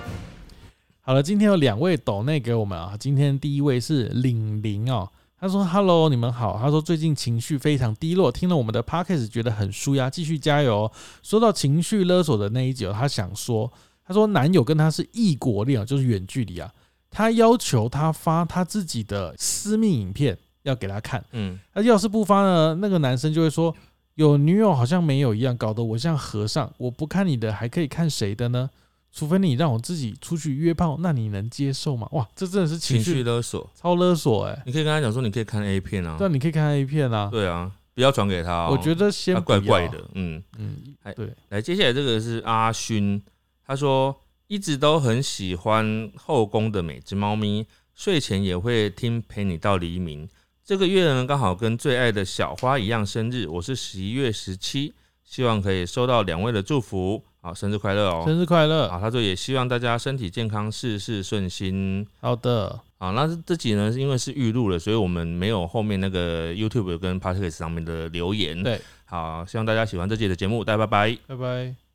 好了，今天有两位抖内给我们啊。今天第一位是玲玲哦，她说：“Hello，你们好。”她说最近情绪非常低落，听了我们的 podcast 觉得很舒压，继续加油哦。说到情绪勒索的那一集哦，她想说，她说男友跟她是异国恋哦，就是远距离啊。她要求她发她自己的私密影片要给她看，嗯，那要是不发呢，那个男生就会说有女友好像没有一样，搞得我像和尚。我不看你的，还可以看谁的呢？除非你让我自己出去约炮，那你能接受吗？哇，这真的是情情绪绪勒索，超勒索哎、欸！你可以跟他讲说，你可以看 A 片啊对，啊，你可以看 A 片啊。对啊，不要转给他、哦，我觉得先他不要怪怪，的。嗯，嗯哎，对，来，接下来这个是阿勋，他说一直都很喜欢后宫的每只猫咪，睡前也会听《陪你到黎明》。这个月呢，刚好跟最爱的小花一样生日，我是十一月十七，希望可以收到两位的祝福，好，生日快乐哦！生日快乐！好，他说也希望大家身体健康，事事顺心。好的，好，那这集呢，是因为是预录了，所以我们没有后面那个 YouTube 跟 Podcast 上面的留言。对，好，希望大家喜欢这集的节目，大家拜拜。拜拜。